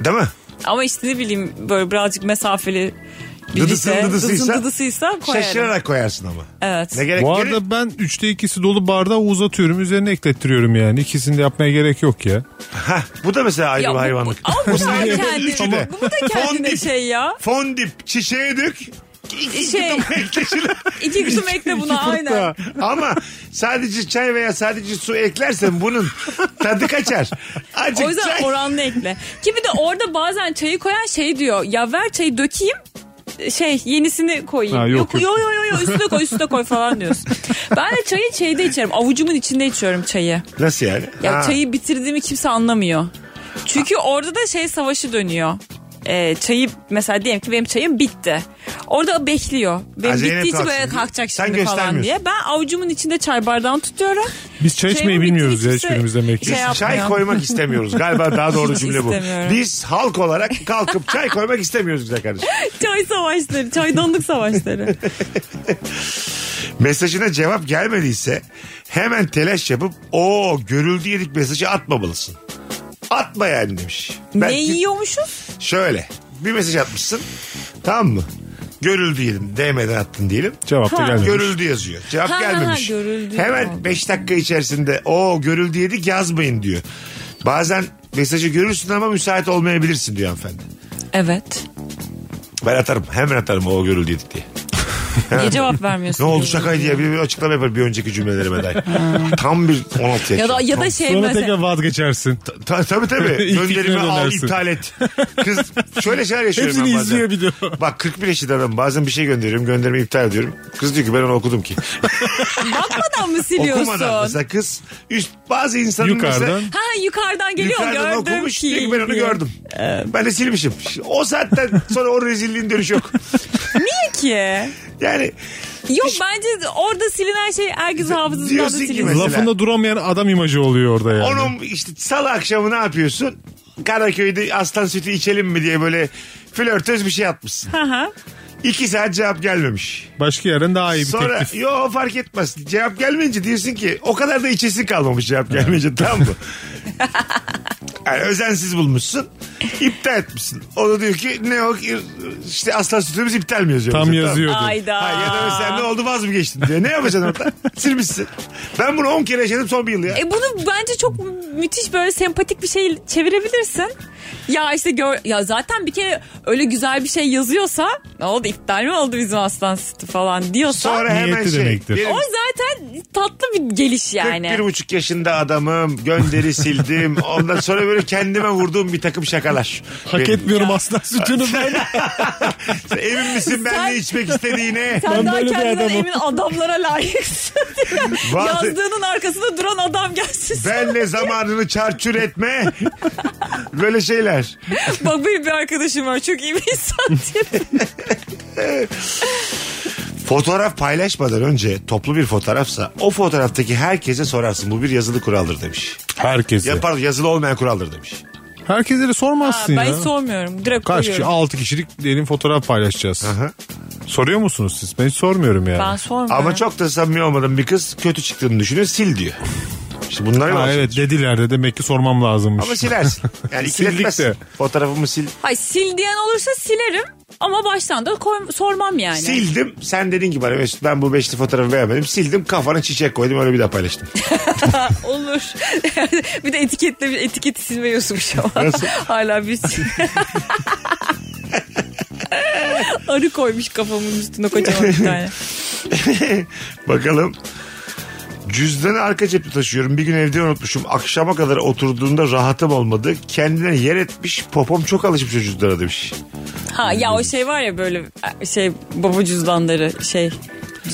S3: Değil mi?
S4: Ama işte ne bileyim böyle birazcık mesafeli
S3: Dıdısın
S4: birisi.
S3: dıdısıysa-
S4: Dıdısın dıdısıysa koyarım.
S3: Şaşırarak koyarsın ama.
S4: Evet.
S3: Ne gerek
S5: Bu
S3: gerek-
S5: arada ben üçte ikisi dolu bardağı uzatıyorum. Üzerine eklettiriyorum yani. İkisini de yapmaya gerek yok ya.
S3: Hah, bu da mesela ayrı
S4: Ya
S3: bir
S4: bu-
S3: hayvanlık.
S4: Ama bu da kendi,
S3: Üçü de.
S4: bu da kendine
S3: Fondip.
S4: şey ya.
S3: Fondip çiçeğe dök.
S4: Şey, iki kutum ekle buna aynen.
S3: Ama sadece çay veya sadece su eklersen bunun tadı kaçar. Azıcık
S4: O yüzden
S3: çay.
S4: oranlı ekle. Ki bir de orada bazen çayı koyan şey diyor. Ya ver çayı dökeyim şey yenisini koyayım.
S5: Ha, yok,
S4: yok, yok yok yok yok, üstüne koy üstüne koy falan diyorsun. Ben de çayı şeyde içerim. Avucumun içinde içiyorum çayı.
S3: Nasıl yani?
S4: Ya
S3: Ha.
S4: çayı bitirdiğimi kimse anlamıyor. Çünkü orada da şey savaşı dönüyor. Ee, çayı mesela diyelim ki benim çayım bitti. Orada bekliyor. Benim
S3: Ha, Zeynep
S4: bittiği için
S3: kalksın
S4: böyle
S3: diye.
S4: kalkacak
S3: Sen
S4: şimdi falan
S3: göstermiyorsun.
S4: diye. Ben avucumun içinde çay bardağını tutuyorum.
S5: Biz çay içmeyi
S4: Çayımın bittiği
S5: bilmiyoruz ya
S4: kimse
S5: hiçbirimiz demek ki.
S4: şey
S3: Biz çay
S4: yapmıyor.
S3: koymak istemiyoruz. Galiba daha doğru
S4: Hiç
S3: cümle bu.
S4: istemiyorum.
S3: Biz halk olarak kalkıp çay koymak istemiyoruz güzel kardeşim.
S4: Çay savaşları, çaydanlık savaşları.
S3: Mesajına cevap gelmediyse hemen telaş yapıp o görüldü yedik mesajı atmamalısın. Atma yani demiş.
S4: ne
S3: Belki
S4: yiyormuşuz?
S3: Şöyle bir mesaj atmışsın tamam mı? Görüldü yedim DM'den attın diyelim.
S5: Cevap da
S4: Ha.
S5: gelmemiş.
S3: Görüldü yazıyor. Cevap
S4: Ha, ha, ha,
S3: gelmemiş.
S4: görüldü.
S3: Hemen 5 dakika içerisinde o görüldü yedik yazmayın diyor. Bazen mesajı görürsün ama müsait olmayabilirsin diyor hanımefendi.
S4: Evet.
S3: Ben atarım. Hemen atarım o görüldü yedik diye.
S4: Niye cevap vermiyorsun?
S3: Ne oldu şakaydı diye bir, bir açıklama yapar bir önceki cümlelerime dair. Tam bir 16 yaş.
S4: Ya da, ya da şey
S5: Sonra
S4: mesela.
S5: tekrar vazgeçersin.
S3: Ta- tabii tabii.
S5: İlk
S3: Gönderimi
S5: fikrine
S3: al
S5: dönersin.
S3: iptal et. Kız şöyle şeyler yaşıyorum
S5: Hepsini
S3: ben bazen.
S5: izliyor bir de o.
S3: Bak 41 yaşında adam bazen bir şey gönderiyorum gönderimi iptal ediyorum. Kız diyor ki ben onu okudum ki.
S4: Bakmadan mı
S3: Okumadan
S4: siliyorsun?
S3: mesela kız üst bazı insanın mesela
S5: Yukarıdan.
S4: Ha yukarıdan geliyor
S3: yukarıdan
S4: gördüm
S3: okumuş
S4: ki.
S3: diyor ki ben onu
S4: diyor.
S3: gördüm. Ben de silmişim. O saatten sonra o rezilliğin dönüşü yok.
S4: Ki.
S3: Yani
S4: Yok bence orada silinen şey herkes hafızasından da
S3: Diyorsun ki
S4: siliniyor.
S3: mesela-
S5: Lafında duramayan adam imajı oluyor orada yani.
S3: Onun işte salı akşamı ne yapıyorsun? Karaköy'de aslan sütü içelim mi diye böyle flörtöz bir şey atmışsın.
S4: Hı hı.
S3: İki saat cevap gelmemiş.
S5: Başka yerden daha iyi bir
S3: Sonra
S5: teklif.
S3: yo fark etmez. Cevap gelmeyince diyorsun ki o kadar da içesi kalmamış cevap gelmeyince tamam mı? Yani özensiz bulmuşsun. iptal etmişsin. O da diyor ki ne o işte aslan sütümüz iptal mi yazıyor?
S5: Tam
S3: mesela,
S5: yazıyordu.
S4: Ayda.
S3: Ha, ya da mesela ne oldu vaz mı geçtin diyor. Ne yapacaksın orada? Silmişsin. Ben bunu 10 kere yaşadım son bir yıl ya.
S4: E bunu bence çok müthiş böyle sempatik bir şey çevirebilirsin. Ya işte gör ya zaten bir kere öyle güzel bir şey yazıyorsa ne oldu iptal mi oldu bizim aslan sütü falan diyorsa
S3: Sonra hemen
S5: Niyeti
S3: şey.
S5: demektir.
S3: benim-
S4: o zaten tatlı bir geliş yani.
S3: Bir buçuk yaşında adamım gönderi sildim ondan sonra böyle kendime vurduğum bir takım şakalar.
S5: Hak
S3: Benim.
S5: etmiyorum asla sütünü ben.
S3: Sen Emin misin ben
S4: Sen-
S3: ne içmek istediğine?
S4: Sen
S5: Ben
S4: daha
S5: böyle bir
S4: kendinden
S5: adamım.
S4: emin adamlara layıksın.
S3: Bazı-
S4: Yazdığının arkasında duran adam gelsin.
S3: Benle zamanını çarçur etme. Böyle şeyler.
S4: Bak benim bir arkadaşım var çok iyi bir insan diye.
S3: Fotoğraf paylaşmadan önce toplu bir fotoğrafsa o fotoğraftaki herkese sorarsın. Bu bir yazılı kuraldır demiş.
S5: Herkese.
S3: Ya pardon yazılı olmayan kuraldır demiş.
S5: Herkese de
S4: Ha,
S5: sormazsın
S4: ben
S5: ya.
S4: hiç sormuyorum. Direkt
S5: Kaç kişi?
S4: koyuyorum.
S5: 6 kişilik diyelim fotoğraf paylaşacağız.
S3: Aha.
S5: Soruyor musunuz siz? Ben hiç sormuyorum yani.
S4: Ben sormuyorum.
S3: Ama çok da samimi olmadan bir kız kötü çıktığını düşünüyor sil diyor. İşte bunlar
S5: Ha,
S3: var.
S5: evet dediler de demek ki sormam lazımmış.
S3: Ama silersin. Yani
S5: Sildik
S3: ikiletmezsin.
S5: de.
S3: Fotoğrafımı sil.
S4: Hayır sil diyen olursa silerim. Ama baştan da koy- sormam yani.
S3: Sildim. Sen dedin ki bana Mesut ben bu beşli fotoğrafı beğenmedim. Sildim kafana çiçek koydum öyle bir daha paylaştım.
S4: Olur. bir de etiketle bir etiketi silmiyorsunmuş ama.
S3: Nasıl?
S4: Hala bir sil- Arı koymuş kafamın üstüne kocaman bir tane.
S3: Bakalım. Cüzdanı arka cepte taşıyorum. Bir gün evde unutmuşum. Akşama kadar oturduğumda rahatım olmadı. Kendine yer etmiş. Popom çok alışmış o cüzdana demiş.
S4: Ha ya o şey var ya böyle şey baba cüzdanları şey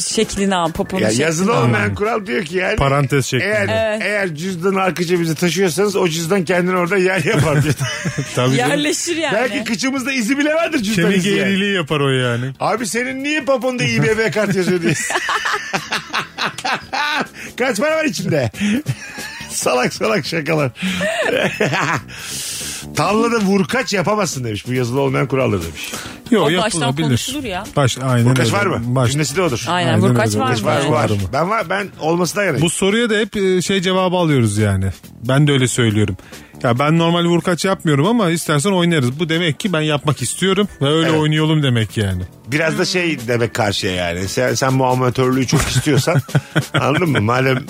S4: şeklini al poponun
S3: Ya
S4: şeklini
S3: yazılı
S4: al.
S3: olmayan kural diyor ki yani.
S5: Parantez şeklinde.
S3: Eğer,
S4: şey- Evet.
S3: eğer cüzdanı arka cebinize taşıyorsanız o cüzdan kendini orada yer yapar diyor.
S5: Tabii canım.
S4: Yerleşir yani.
S3: Belki kıçımızda izi bile vardır cüzdan
S5: Kemik
S3: izi yani.
S5: eğriliği yapar o yani.
S3: Abi senin niye poponda İBB kart yazıyor diye. Kaç para var içinde? salak salak şakalar. Tavlada vurkaç yapamazsın demiş. Bu yazılı olmayan kuraldır demiş.
S5: Yok
S4: O baştan
S5: yapılabilir.
S4: konuşulur ya.
S5: Baş, aynen
S3: Vurkaç
S5: öyle.
S3: var mı?
S5: Baş-
S3: Cümlesi de odur.
S4: Aynen,
S5: Aynen
S4: vurkaç
S5: öyle.
S4: var
S5: Vurkaç
S4: mı?
S3: Var
S4: Yani.
S3: var.
S5: mı?
S3: Ben var ben olmasına yanayım.
S5: Bu soruya da hep e, şey cevabı alıyoruz yani. Ben de öyle söylüyorum. Ya ben normal vurkaç yapmıyorum ama istersen oynarız. Bu demek ki ben yapmak istiyorum ve öyle
S3: Evet.
S5: oynayalım demek yani.
S3: Biraz da şey demek karşıya yani. Sen, sen bu amatörlüğü çok istiyorsan anladın mı? Madem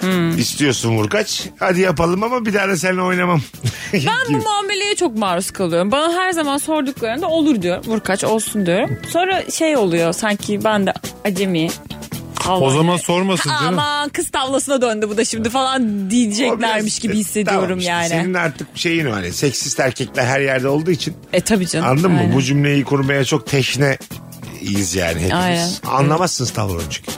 S4: Hmm.
S3: istiyorsun vurkaç hadi yapalım ama bir daha da seninle oynamam.
S4: Ben bu muameleye çok maruz kalıyorum. Bana her zaman sorduklarında olur diyor. Vurkaç olsun diyorum. Sonra şey oluyor sanki ben de acemi.
S5: O
S4: Havai-
S5: zaman sormasın canım.
S4: Aman kız tavlasına döndü bu da şimdi falan diyeceklermiş gibi
S3: E,
S4: hissediyorum
S3: Tamam işte,
S4: yani.
S3: Senin artık şeyin var. ya, Seksist erkekler her yerde olduğu için
S4: E tabii canım.
S3: Anladın mı?
S4: Aynen.
S3: Bu cümleyi kurmaya çok teşne iyiz yani hepimiz.
S4: Aynen.
S3: Anlamazsınız tavrını çünkü.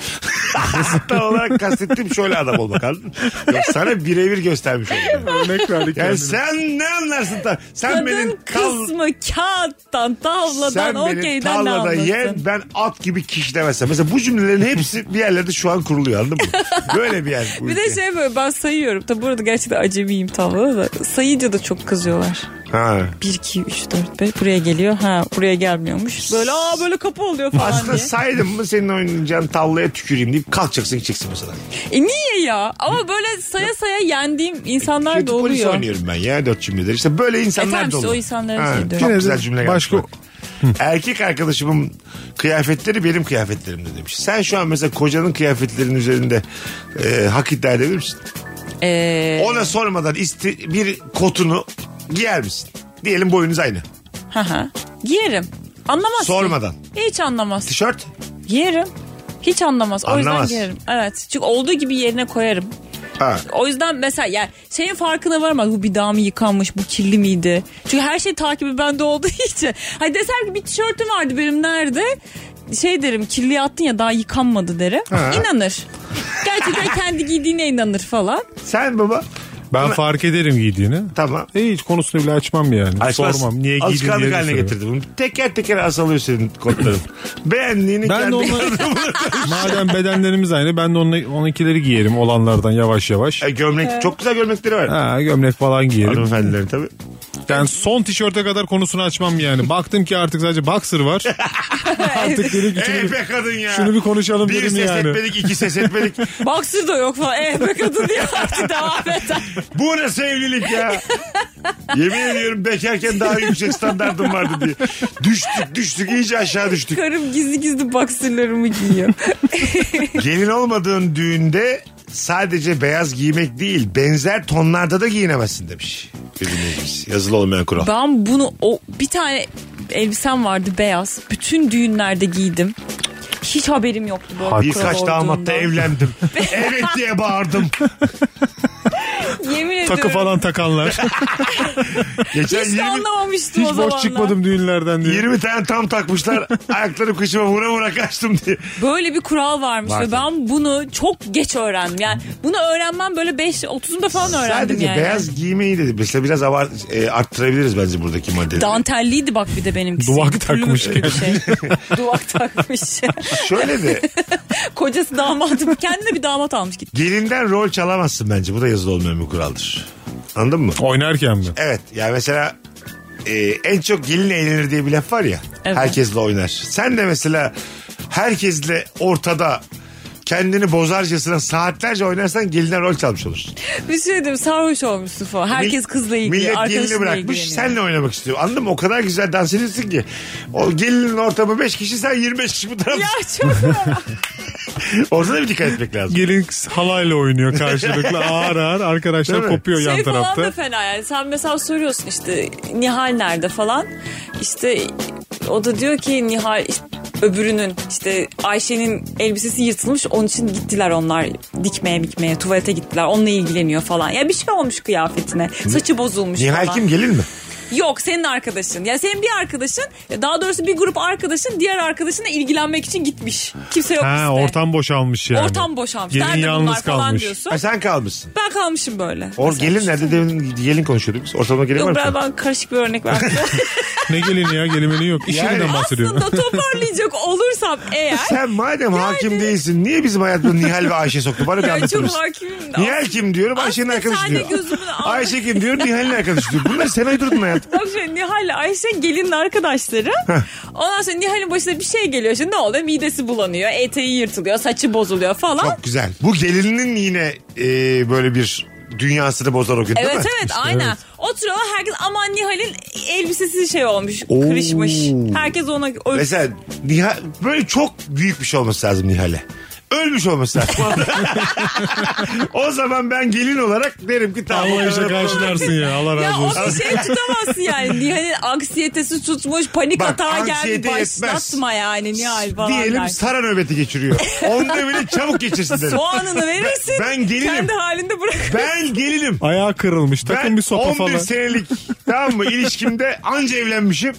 S3: Tam olarak kastettiğim şöyle adam olmak anladın mı? Yok sana birebir göstermiş oldum.
S5: Örnek verdik
S3: Yani
S5: kendine.
S3: sen ne anlarsın? Ta- sen
S4: Kadın
S3: benim tav-
S4: kısmı kağıttan,
S3: sen
S4: tavladan,
S3: benim
S4: okeyden ne
S3: tavlada
S4: anlasın?
S3: yen ben at gibi kiş demezsem. Mesela bu cümlelerin hepsi bir yerlerde şu an kuruluyor anladın mı? Böyle bir yer. bu
S4: Bir de
S3: ülke.
S4: şey böyle ben sayıyorum. Tabi burada gerçekten acemiyim tavlada da. Sayınca da çok kızıyorlar.
S3: Ha.
S4: 1, 2, 3, 4, 5 buraya geliyor. Ha buraya gelmiyormuş. Böyle aa böyle kapı oluyor falan
S3: Aslında
S4: diye.
S3: saydım mı senin oynayacağın tavlaya tüküreyim deyip kalkacaksın gideceksin mesela.
S4: E niye ya? Ama böyle saya saya yendiğim insanlar da
S3: Kötü polis
S4: oluyor.
S3: oynuyorum ben ya dört cümleleri. İşte böyle
S4: E
S3: insanlar
S4: tamam
S3: da
S4: işte
S3: olur.
S4: o insanların
S3: Ha,
S4: şeyi diyorum.
S3: Çok
S5: Yine de
S3: güzel cümle gelmiş.
S5: başka-
S3: Başka... Erkek arkadaşımın kıyafetleri benim kıyafetlerimdi demiş. Sen şu an mesela kocanın kıyafetlerinin üzerinde e, hak iddia edebilir misin?
S4: Ee,
S3: Ona sormadan isti, bir kotunu giyer misin? Diyelim boyunuz aynı.
S4: hı hı. Giyerim. Anlamaz.
S3: Sormadan.
S4: Hiç anlamaz.
S3: Tişört
S4: Giyerim. Hiç anlamaz. O
S3: Anlamaz.
S4: yüzden giyerim. Evet. Çünkü olduğu gibi yerine koyarım.
S3: ha.
S4: O yüzden mesela yani şeyin farkına varmaz. Bu bir daha mı yıkanmış? Bu kirli miydi? Çünkü her şey takibi bende olduğu için. Hani desem ki bir tişörtüm vardı benim nerede? Şey derim kirliye attın ya daha yıkanmadı derim. İnanır. Gerçekten kendi giydiğine inanır falan.
S3: Sen baba
S5: Ben fark ederim giydiğini.
S3: tamam.
S5: E, hiç konusunu bile açmam yani.
S3: Açmaz.
S5: Sormam. Niye giydin diye.
S3: Alışkanlık
S5: de
S3: haline
S5: sorarım.
S3: getirdi bunu. Teker teker asalıyor senin kotların. Beğendiğini
S5: Ben de
S3: kendi
S5: onları, madem bedenlerimiz aynı ben de onunla- onunkileri giyerim olanlardan yavaş yavaş.
S3: E, gömlek çok güzel gömlekleri var.
S5: Ha, gömlek falan giyerim.
S3: Hanımefendilerin tabii.
S5: Yani son tişörte kadar konusunu açmam yani. Baktım ki artık sadece boxer var. artık dedim ki şunu,
S3: Ey be kadın ya.
S5: şunu bir konuşalım
S3: bir
S5: dedim
S3: ses
S5: yani.
S3: etmedik, iki ses etmedik.
S4: Boxer da yok falan. Eh be kadın diye artık devam et.
S3: Bu nasıl evlilik ya? Yemin ediyorum bekarken daha yüksek standardım vardı diye. Düştük düştük iyice aşağı düştük.
S4: Karım gizli gizli boxerlarımı giyiyor.
S3: Gelin olmadığın düğünde sadece beyaz giymek değil benzer tonlarda da giyinemezsin demiş. Bir dinleyicimiz. Yazılı olmayan kural.
S4: Ben bunu o bir tane elbisem vardı beyaz. Bütün düğünlerde giydim. Hiç haberim yoktu böyle kural
S3: Birkaç damatla
S4: olduğundan.
S3: evlendim. evet diye bağırdım.
S4: Yemin ediyorum.
S5: Takı falan takanlar.
S3: Geçen
S4: Hiç de
S3: 20,
S4: anlamamıştım o
S5: Hiç
S4: zamanlar.
S5: boş çıkmadım düğünlerden diye.
S3: 20 tane tam takmışlar. Ayakları kışıma vura vura kaçtım diye.
S4: Böyle bir kural varmış
S3: Var
S4: ve ben bunu çok geç öğrendim. Yani bunu öğrenmem böyle 5 30'unda falan öğrendim
S3: Sadece
S4: yani.
S3: beyaz giymeyi dedi. Mesela biraz abart, e, arttırabiliriz bence buradaki maddeleri.
S4: Dantelliydi bak bir de benimkisi.
S5: Duvak
S4: Tüllü mü
S5: takmış
S4: bir şey. Duvak takmış.
S3: Şöyle de
S4: Kocası damadı. Kendine bir damat almış gitti.
S3: gelinden rol çalamazsın bence. Bu da yazılı olmayan bir kuraldır. Anladın mı?
S5: Oynarken mi?
S3: Evet ya mesela e, en çok gelin eğlenir diye bir laf var ya.
S4: Evet.
S3: Herkesle oynar. Sen de mesela herkesle ortada kendini bozarcasına saatlerce oynarsan geline rol çalmış olursun.
S4: Bir şey dedim sarhoş olmuşsun falan. Herkes kızla ilgili.
S3: Millet
S4: arkadaşıyla
S3: gelini bırakmış
S4: ilgileniyor.
S3: senle oynamak istiyor. Anladın mı? O kadar güzel dans ediyorsun ki. O gelinin ortamı 5 kişi sen 25 kişi bu taraf.
S4: Ya çok
S3: Orada da bir dikkat etmek lazım.
S5: Gelin halayla oynuyor karşılıklı ağır ağır arkadaşlar
S3: Değil mi?
S5: kopuyor yan
S4: şey falan da
S5: tarafta.
S4: fena yani. Sen mesela soruyorsun işte Nihal nerede falan. İşte o da diyor ki Nihal işte öbürünün işte Ayşe'nin elbisesi yırtılmış onun için gittiler onlar dikmeye dikmeye tuvalete gittiler onunla ilgileniyor falan. Ya bir şey olmuş kıyafetine saçı bozulmuş
S3: Nihal
S4: falan.
S3: kim gelin mi?
S4: Yok senin arkadaşın ya senin bir arkadaşın daha doğrusu bir grup arkadaşın diğer arkadaşına ilgilenmek için gitmiş. Kimse yok
S5: Ha,
S4: işte.
S5: ortam boşalmış yani.
S4: Ortam boşalmış.
S5: Gelin
S4: Nerede
S5: yalnız
S4: bunlar falan
S5: kalmış.
S4: diyorsun.
S3: Ha, sen kalmışsın.
S4: Ben kalmışım böyle.
S3: Or
S4: Mesela.
S3: gelin nerede? Demin gelin konuşuyorduk biz. Ortalama gelin var
S4: Yok
S3: mı?
S4: ben,
S3: senin?
S4: ben karışık bir örnek verdim.
S5: Ne gelini ya gelimini yok. İş
S3: Yani-
S5: yerinden bahsediyorum.
S4: Aslında toparlayacak olursam eğer.
S3: Sen madem hakim değilsin niye bizim hayatımıza Nihal ve Ayşe soktu? Bana bir
S4: ya
S3: anlatır
S4: çok
S3: mısın?
S4: hakimim de.
S3: Nihal kim diyorum Ayşe'nin
S4: Aslında
S3: arkadaşı
S4: sadece
S3: diyor.
S4: gözümün altı-
S3: Ayşe kim diyor Nihal'in arkadaşı diyor. Bunları sen uydurdun hayatım.
S4: Bak şöyle Nihal ile Ayşe gelinin arkadaşları. Ondan sonra Nihal'in başına bir şey geliyor. Şimdi ne oluyor? Midesi bulanıyor, eteği yırtılıyor, saçı bozuluyor falan.
S3: Çok güzel. Bu gelinin yine e, böyle bir dünyasını bozar o gün değil
S4: Evet
S3: mi?
S4: evet aynen. Oturuyorlar herkes aman Nihal'in elbisesi şey olmuş, kırışmış. Herkes ona öf-
S3: Mesela Nihal, böyle çok büyük bir şey olması lazım Nihal'e. Ölmüş olması lazım. o zaman ben gelin olarak derim ki tamam.
S5: Allah işte karşılarsın ya Allah
S4: Ya
S5: razı
S4: o
S5: olsun.
S4: bir şey tutamazsın yani. Nihal'in anksiyetesi tutmuş, panik
S3: Bak,
S4: atağa geldi.
S3: anksiyete yetmez.
S4: Başlatma yani Nihal falan.
S3: Diyelim
S4: der.
S3: Sara nöbeti geçiriyor. Onda bile çabuk geçirsin derim.
S4: Soğanını verirsin.
S3: Ben gelirim.
S4: Kendi halinde bırak.
S3: Ben gelinim.
S5: Ayağı kırılmış
S3: Ben
S5: takın bir sopa
S3: 11
S5: falan.
S3: senelik tamam mı ilişkimde anca evlenmişim.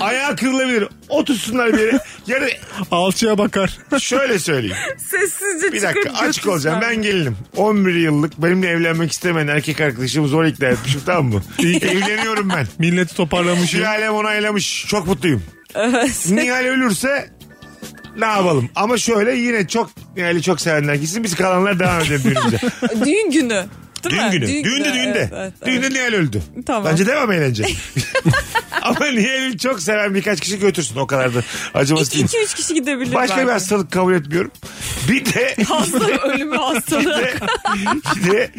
S3: Ayağı kırılabilir. Otursunlar bir yere. Yani
S5: Alçıya bakar.
S3: şöyle söyleyeyim.
S4: Sessizce
S3: Bir dakika açık olacağım. Ben gelinim. 11 yıllık benimle evlenmek istemeyen erkek arkadaşımı zor ikna etmişim tamam mı? Evleniyorum ben.
S5: Milleti toparlamış. ya.
S3: Nihal'em onaylamış. Çok mutluyum. Nihal ölürse ne yapalım? Ama şöyle yine çok Nihal'i çok sevenler gitsin. Biz kalanlar devam edelim düğünümüze.
S4: Düğün günü. Değil
S3: Düğün
S4: mi?
S3: günü. düğünde düğünde.
S4: Evet, evet, evet.
S3: Düğünde Nihal öldü.
S4: Tamam.
S3: Bence devam eğlence. Ama Nihal'i çok seven birkaç kişi götürsün o kadar da acımasız
S4: İki,
S3: değil.
S4: iki üç kişi gidebilir
S3: Başka bir
S4: belki.
S3: hastalık kabul etmiyorum. Bir de
S4: Hasta ölümü hastalığı.
S3: bir de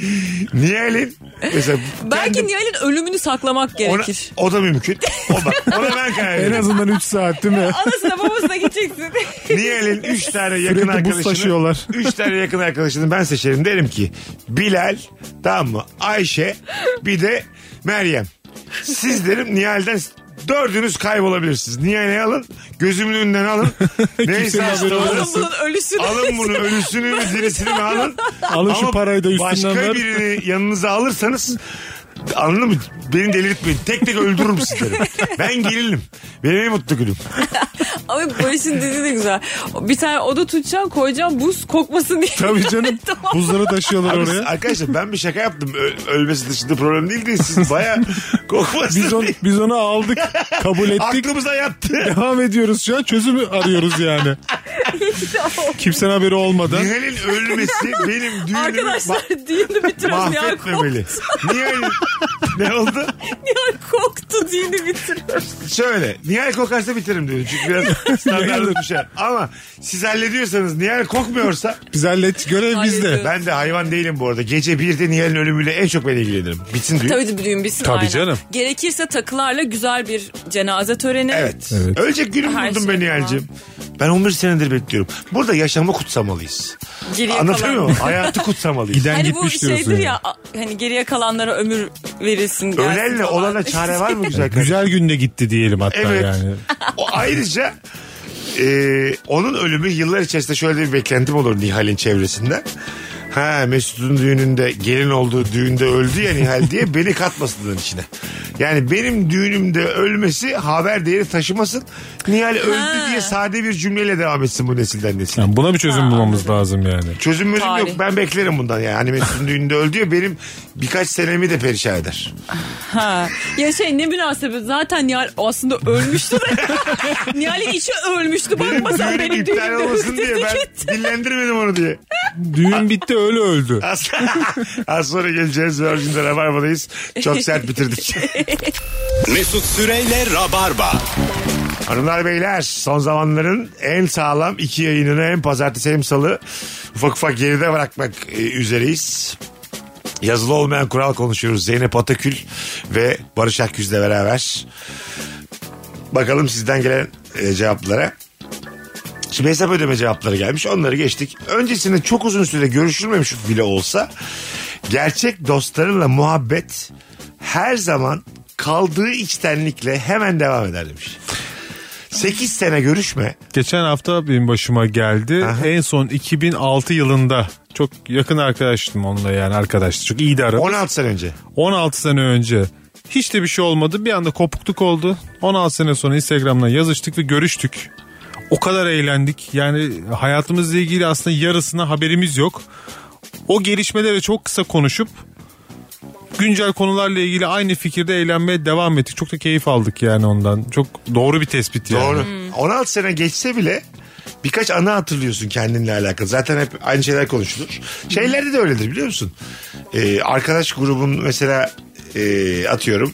S3: Nihal'in mesela
S4: Belki
S3: kendim-
S4: Nihal'in ölümünü saklamak
S3: ona,
S4: gerekir.
S3: o da mümkün. O bak, ona ben karar
S5: En
S3: veririm.
S5: azından 3 saat değil mi?
S4: Anasına babasına gideceksin.
S3: Nihal'in 3 tane yakın
S5: Sürekli buz
S3: arkadaşını
S5: taşıyorlar.
S3: 3 tane yakın arkadaşını ben seçerim derim ki Bilal tamam mı Ayşe bir de Meryem. Siz derim Nihal'den dördünüz kaybolabilirsiniz. Nihal'i alın gözümün önünden alın. Neyse
S5: haberi
S3: hastalığı-
S4: Oğlum bunun ölüsünü.
S3: Alın bunu ölüsünü mü dirisini mi alın.
S5: Alın şu
S3: Ama
S5: parayı da üstünden
S3: Başka
S5: ver.
S3: birini yanınıza alırsanız anladın mı? Beni delirtmeyin. Tek tek öldürürüm sizleri. Ben gelinim. Benim en mutlu günüm.
S4: Ama Barış'ın dediği de güzel. Bir tane oda tutacağım koyacağım buz kokmasın diye.
S5: Tabii canım.
S4: Tamam.
S5: Buzları taşıyorlar
S3: Abi,
S5: oraya.
S3: arkadaşlar ben bir şaka yaptım. Ö- ölmesi dışında problem değil de siz baya kokmasın.
S5: Biz onu,
S3: diye.
S5: biz onu aldık, kabul ettik.
S3: Aklımıza yattı.
S5: Devam ediyoruz şu an. Çözümü arıyoruz yani. Kimsenin haberi olmadan.
S3: Nihal'in ölmesi benim düğünümü
S4: Arkadaşlar
S3: ma-
S4: düğünü bitiriyoruz. Nihal koktu.
S3: mahvetmemeli. Nihal ne oldu?
S4: Nihal koktu düğünü bitiriyoruz.
S3: Şöyle Nihal kokarsa bitiririm diyorum. Çünkü biraz standart bir şey. Ama siz hallediyorsanız Nihal kokmuyorsa
S5: Biz hallet, görev bizde.
S4: Hallediyoruz.
S3: E, ben de hayvan değilim bu arada. Gece 1'de Nihal'in ölümüyle en çok ben ilgilenirim. Bitsin düğün.
S4: Tabii düğün bitsin.
S5: Tabii
S4: aynen.
S5: canım.
S4: Gerekirse takılarla güzel bir cenaze töreni.
S3: Evet.
S5: Evet.
S3: Ölecek günüm
S4: Her
S3: buldum
S4: şey
S3: ben Nihal'cim. Ben 11 senedir bekliyorum. Burada yaşamı kutsamalıyız.
S4: Geriye
S3: Anlatabiliyor
S4: kalan-
S3: muyum? Hayatı kutsamalıyız.
S5: Giden
S4: Hani bu
S5: gitmiş diyorsun.
S4: şeydir
S5: yani.
S4: ya a- hani geriye kalanlara ömür verilsin. gelsin
S3: Ölenle
S4: falan.
S3: olana çare var mı güzel kardeşim?
S5: Güzel günde gitti diyelim hatta
S3: Evet.
S5: yani.
S3: O ayrıca e, onun ölümü yıllar içerisinde şöyle bir beklentim olur Nihal'in çevresinden. Ha Mesut'un düğününde gelin olduğu düğünde öldü ya Nihal diye beni katmasınlar içine. Yani benim düğünümde ölmesi haber değeri taşımasın. Nihal öldü
S4: Ha.
S3: diye sade bir cümleyle devam etsin bu nesilden nesile.
S5: Yani buna bir çözüm bulmamız lazım yani.
S3: Çözüm mözüm
S4: Tarih.
S3: yok. Ben beklerim bundan yani. Hani Mesut'un düğününde öldü ya benim birkaç senemi de perişan eder.
S4: Ha. Ya şey ne münasebet zaten Nihal aslında ölmüştü de. Nihal'in içi ölmüştü. Bakma sen
S3: Düğünüm
S4: benim
S3: iptal
S4: düğünümde
S3: olmasın diye
S4: hırsızlık etti.
S3: ben dillendirmedim onu diye.
S5: Düğün bitti öyle öldü.
S3: Az, az sonra geleceğiz. Virgin'de Rabarba'dayız. Çok sert bitirdik.
S2: Mesut Süreyle Rabarba.
S3: Hanımlar beyler son zamanların en sağlam iki yayınını hem pazartesi hem salı ufak ufak geride bırakmak e, üzereyiz. Yazılı olmayan kural konuşuyoruz. Zeynep Atakül ve Barış Akgüz'le beraber. Bakalım sizden gelen e, cevaplara. Şimdi hesap ödeme cevapları gelmiş. Onları geçtik. Öncesinde çok uzun süre görüşülmemiş bile olsa gerçek dostlarınla muhabbet her zaman kaldığı içtenlikle hemen devam eder demiş. 8 sene görüşme.
S5: Geçen hafta benim başıma geldi.
S3: Aha.
S5: En son 2006 yılında çok yakın arkadaştım onunla yani arkadaştı. Çok iyiydi aramız.
S3: 16 sene önce.
S5: 16 sene önce hiç de bir şey olmadı. Bir anda kopukluk oldu. 16 sene sonra Instagram'dan yazıştık ve görüştük. O kadar eğlendik. Yani hayatımızla ilgili aslında yarısına haberimiz yok. O gelişmelere çok kısa konuşup güncel konularla ilgili aynı fikirde eğlenmeye devam ettik. Çok da keyif aldık yani ondan. Çok doğru bir tespit yani.
S3: Doğru. 16 sene geçse bile birkaç anı hatırlıyorsun kendinle alakalı. Zaten hep aynı şeyler konuşulur. Şeylerde de öyledir biliyor musun? Ee, arkadaş grubun mesela e, atıyorum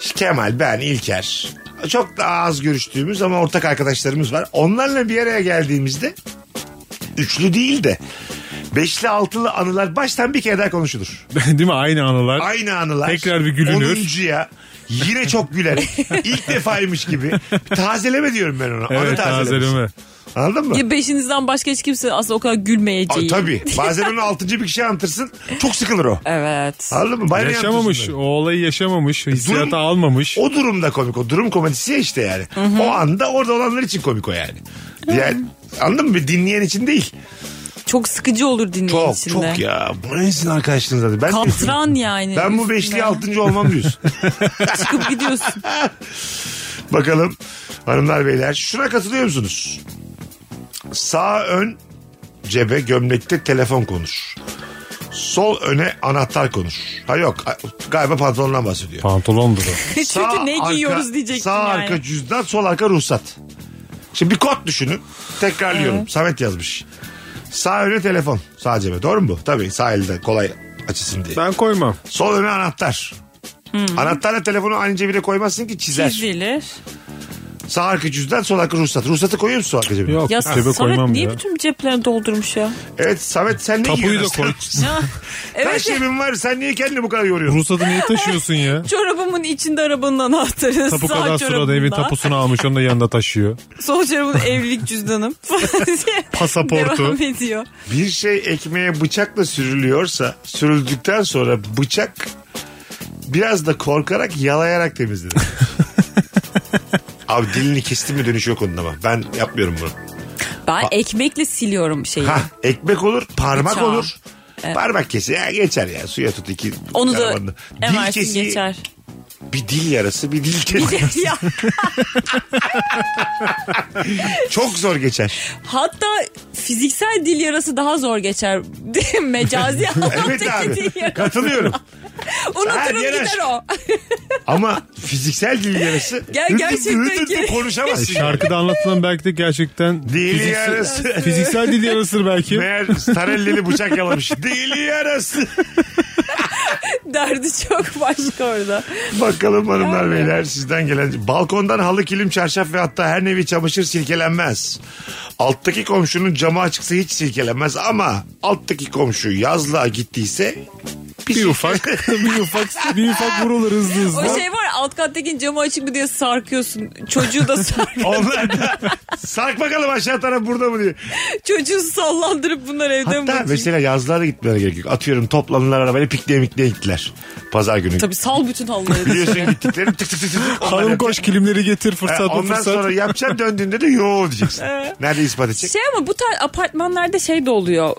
S3: işte Kemal, ben, İlker. Çok daha az görüştüğümüz ama ortak arkadaşlarımız var. Onlarla bir araya geldiğimizde üçlü değil de beşli altılı anılar baştan bir kere daha konuşulur.
S5: Değil mi? Aynı anılar.
S3: Aynı anılar.
S5: Tekrar bir gülünür.
S3: Onuncuya yine çok güler. İlk defaymış gibi. Tazeleme diyorum ben ona. Anı
S5: Evet
S3: tazelemiş.
S5: tazeleme.
S3: Anladın mı?
S4: Ya beşinizden başka hiç kimse aslında o kadar gülmeyeceği.
S3: Aa, tabii. Bazen onu altıncı bir kişi anlatırsın. Çok sıkılır o.
S4: Evet.
S3: Anladın mı? Bayağı
S5: Yaşamamış.
S3: anlatırsın
S5: O olayı yaşamamış. Hissiyata almamış.
S3: böyle. E, O durumda komik o. Durum komedisi ya işte yani. O anda orada olanlar için komik o yani. Diğer, anladın mı? Bir Dinleyen için değil.
S4: Çok sıkıcı olur dinleyici
S3: Çok
S4: içinde.
S3: çok ya. Bu nesin arkadaşlığınız adı? Ben,
S4: Katran yani.
S3: ben bu
S4: üstüne.
S3: beşli altıncı olmam diyorsun.
S4: Çıkıp gidiyorsun.
S3: Bakalım hanımlar beyler şuna katılıyor musunuz? Sağ ön cebe gömlekte telefon konur. Sol öne anahtar konur. Ha yok galiba pantolondan bahsediyor.
S5: Pantolondur o.
S4: Çünkü ne giyiyoruz diyecektim
S3: Sağ
S4: yani.
S3: arka cüzdan sol arka ruhsat. Şimdi bir kod düşünün. Tekrarlıyorum.
S4: Ee?
S3: Samet yazmış. Sağ öne telefon sağ cebe doğru mu bu? Tabii sağ elde kolay açısın diye.
S5: Ben koymam.
S3: Sol öne anahtar.
S4: Hmm.
S3: Anahtarla telefonu aynı cebine koymazsın ki çizer.
S4: Çizilir.
S3: Sağ arka cüzdan sol arka ruhsat. Ruhsatı koyuyor musun sol arka cebine?
S5: Yok
S4: Ya
S5: cebe
S4: Samet
S5: koymam
S4: niye
S5: ya.
S4: bütün ceplerini doldurmuş ya? Ah,
S3: Evet Samet sen ne
S5: Tapuyu da
S3: yiyorsun?
S5: koy.
S3: Her
S4: evet.
S3: şeyin var sen niye kendini bu kadar yoruyorsun?
S5: Ruhsatı niye taşıyorsun ya?
S4: Çorabımın içinde arabanın anahtarı.
S5: Tapu
S4: sağ
S5: kadastroda da
S4: çorabımda.
S5: evin tapusunu almış onu da yanında taşıyor.
S4: Sol çorabımın evlilik cüzdanım.
S5: Pasaportu.
S4: Devam ediyor.
S3: Bir şey ekmeğe bıçakla sürülüyorsa sürüldükten sonra bıçak biraz da korkarak yalayarak temizlenir. Abi dilini kestin mi dönüş yok onun ama. Ben yapmıyorum bunu.
S4: Ben ekmekle siliyorum şeyi.
S3: Ha ekmek olur, parmak
S4: Bıçağı.
S3: olur. Parmak kesi ya geçer ya suya tut iki.
S4: Onu da
S3: karabandı. Dil
S4: emersin
S3: kesi
S4: geçer.
S3: bir dil yarası bir dil kesi
S4: ya,
S3: çok zor geçer.
S4: hatta fiziksel dil yarası daha zor geçer. Mecazi
S3: Evet
S4: anlamdaki dil
S3: abi
S4: yarası.
S3: katılıyorum. Ha,
S4: Unuturum
S3: diğer
S4: gider
S3: aşk.
S4: o.
S3: Ama fiziksel dil yarası
S4: Ger-
S3: hürdür
S4: gerçekten
S3: hürdür
S4: geri-
S3: konuşamazsın.
S5: E, Şarkıda anlatılan belki de gerçekten
S3: Dil
S5: fiziksel,
S3: yarası.
S5: fiziksel dil yarasıdır belki.
S3: Meğer Starelli'li bıçak yalamış. Dil yarası.
S4: Derdi çok başka orada.
S3: Bakalım hanımlar beyler sizden gelen. Balkondan halı, kilim, çarşaf ve hatta her nevi çamaşır silkelenmez. Alttaki komşunun camı açıksa hiç silkelenmez ama alttaki komşu yazlığa gittiyse
S5: Bir ufak, bir ufak, bir ufak vurulur hızlı hızlı.
S4: O şey var alt kattaki camı açık mı diye sarkıyorsun. Çocuğu da sar.
S3: Onlar da sark bakalım aşağı taraf burada mı diye.
S4: Çocuğu sallandırıp bunlar evde mi
S3: Hatta
S4: bırakayım?
S3: mesela yazlığa da gitmeleri gerek yok. Atıyorum toplandılar arabayla pikniğe mikniğe gittiler. Pazar günü.
S4: Tabii sal bütün halıları.
S3: Biliyorsun gittiklerim tık tık tık tık. Onlar
S5: Hanım
S3: yapacak.
S5: koş kilimleri getir fırsat
S3: Ha, E,
S5: bu
S3: Ondan
S5: fırsat.
S3: sonra yapacağım döndüğünde de yo diyeceksin. Nerede ispat edecek?
S4: Ee. şey ama bu tarz apartmanlarda şey de oluyor.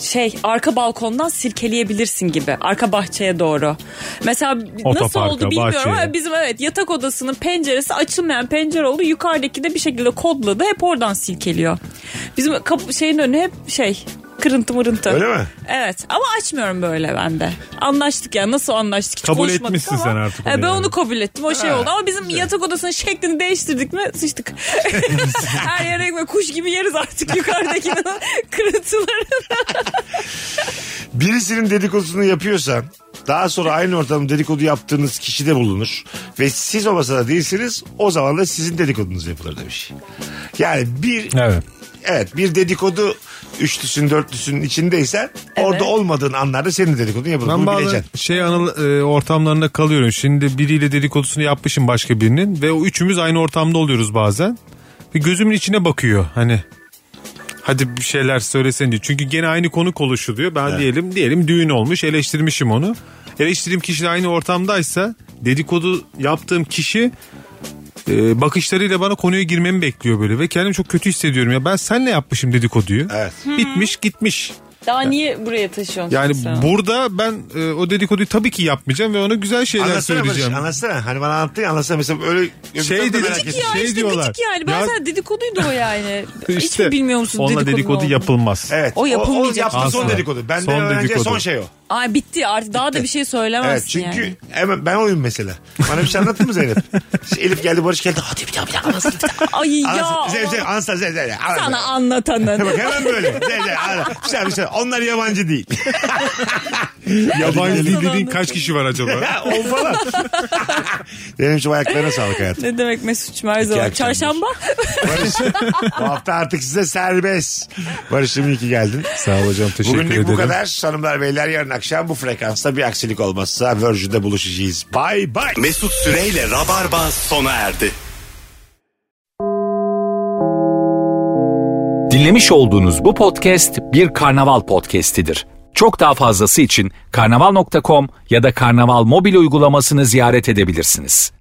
S4: Şey arka balkondan sirkeleyebilirsin gibi. Arka bahçeye doğru. Mesela nasıl
S5: Otoparka,
S4: oldu bilmiyorum
S5: bahçeye.
S4: ama bizim evet yatak odasının penceresi açılmayan pencere oldu. Yukarıdaki de bir şekilde kodladı. Hep oradan silkeliyor. Bizim kapı, şeyin önü hep şey kırıntı mırıntı.
S3: Öyle mi?
S4: Evet ama açmıyorum böyle ben de. Anlaştık yani nasıl anlaştık hiç
S5: Kabul
S4: konuşmadık
S5: etmişsin
S4: ama.
S5: sen artık onu
S4: E, ben
S5: yani.
S4: onu kabul ettim o şey oldu ama bizim yatak odasının şeklini değiştirdik mi sıçtık. Her yere ekmek kuş gibi yeriz artık yukarıdaki kırıntıları.
S3: Birisinin dedikodusunu yapıyorsan daha sonra aynı ortamda dedikodu yaptığınız kişi de bulunur. Ve siz o masada değilsiniz o zaman da sizin dedikodunuz yapılır demiş. Yani bir
S5: Evet.
S3: evet bir dedikodu üçlüsün dörtlüsünün içindeysen orada olmadığın anlarda senin dedikodun yapılır.
S5: Ben
S3: Bunu
S5: bazen
S3: bileceksin.
S5: şey anıl, e, ortamlarında kalıyorum. Şimdi biriyle dedikodusunu yapmışım başka birinin ve o üçümüz aynı ortamda oluyoruz bazen. Ve gözümün içine bakıyor hani. Hadi bir şeyler söylesene diyor. Çünkü gene aynı konu konuşuluyor. Ben diyelim diyelim düğün olmuş eleştirmişim onu. Eleştirdiğim kişi de aynı ortamdaysa dedikodu yaptığım kişi e, bakışlarıyla bana konuya girmemi bekliyor böyle. Ve kendimi çok kötü hissediyorum. Ya ben senle yapmışım dedikoduyu.
S3: Evet.
S5: Bitmiş gitmiş.
S4: Daha niye buraya taşıyorsun?
S5: Yani burada ben e, o dedikoduyu tabii ki yapmayacağım ve ona güzel şeyler
S3: Anlatsana Barış
S5: söyleyeceğim.
S3: anlatsana. Hani bana anlattın ya anlatsana. Mesela öyle
S5: Şey
S3: öbür tarafta
S5: dedi-
S3: merak ettim.
S4: ya
S5: şey
S4: işte
S5: diyorlar.
S4: gıcık yani. Ben
S5: Ya-
S4: sana dedikoduydu o yani. Hiç
S5: İşte
S4: mi bilmiyor musun
S5: Onunla dedikodu
S4: olduğunu?
S5: yapılmaz.
S3: Evet.
S4: O yapılmayacak.
S3: O, yaptı son
S5: Aslında.
S3: dedikodu. Benden
S5: Son
S3: öğreneceği
S5: dedikodu.
S3: son şey o.
S4: Ay bitti artık daha da bir şey
S3: Evet
S4: söylemezsin
S3: çünkü
S4: yani.
S3: hemen ben oyum mesela. Bana bir şey anlattın mı Zeynep? İşte Elif geldi Barış geldi. Hadi bir daha bir daha anlatsın. bir daha.
S4: Ay ya.
S3: Anlatsın. Zeynep Zeynep anlatsın Zeynep Zeynep. anlatsın.
S4: Sana anlatanın.
S3: Bak hemen böyle. Zeynep Zeynep anlatsın. Bir şey, bir şey. Onlar yabancı değil.
S5: Yabancı
S4: Yabancı
S5: dil dediğin
S4: anlatıyor.
S5: kaç kişi var acaba?
S3: ya o falan. Benim şu ayaklarına sağlık hayatım.
S4: Ne demek Mesut'cum her zaman.
S3: akşamdır.
S4: Çarşamba.
S3: Barış bu hafta artık size serbest. Barış'ım iyi ki geldin.
S5: Sağ ol hocam teşekkür
S3: Bugünlük
S5: ederim.
S3: bu kadar. Hanımlar beyler yarın akşam bu frekansta bir aksilik olmazsa Virgin'de buluşacağız. Bye bye.
S2: Mesut Süreyle Rabarba sona erdi.
S1: Dinlemiş olduğunuz bu podcast bir karnaval podcastidir. Çok daha fazlası için karnaval.com ya da karnaval mobil uygulamasını ziyaret edebilirsiniz.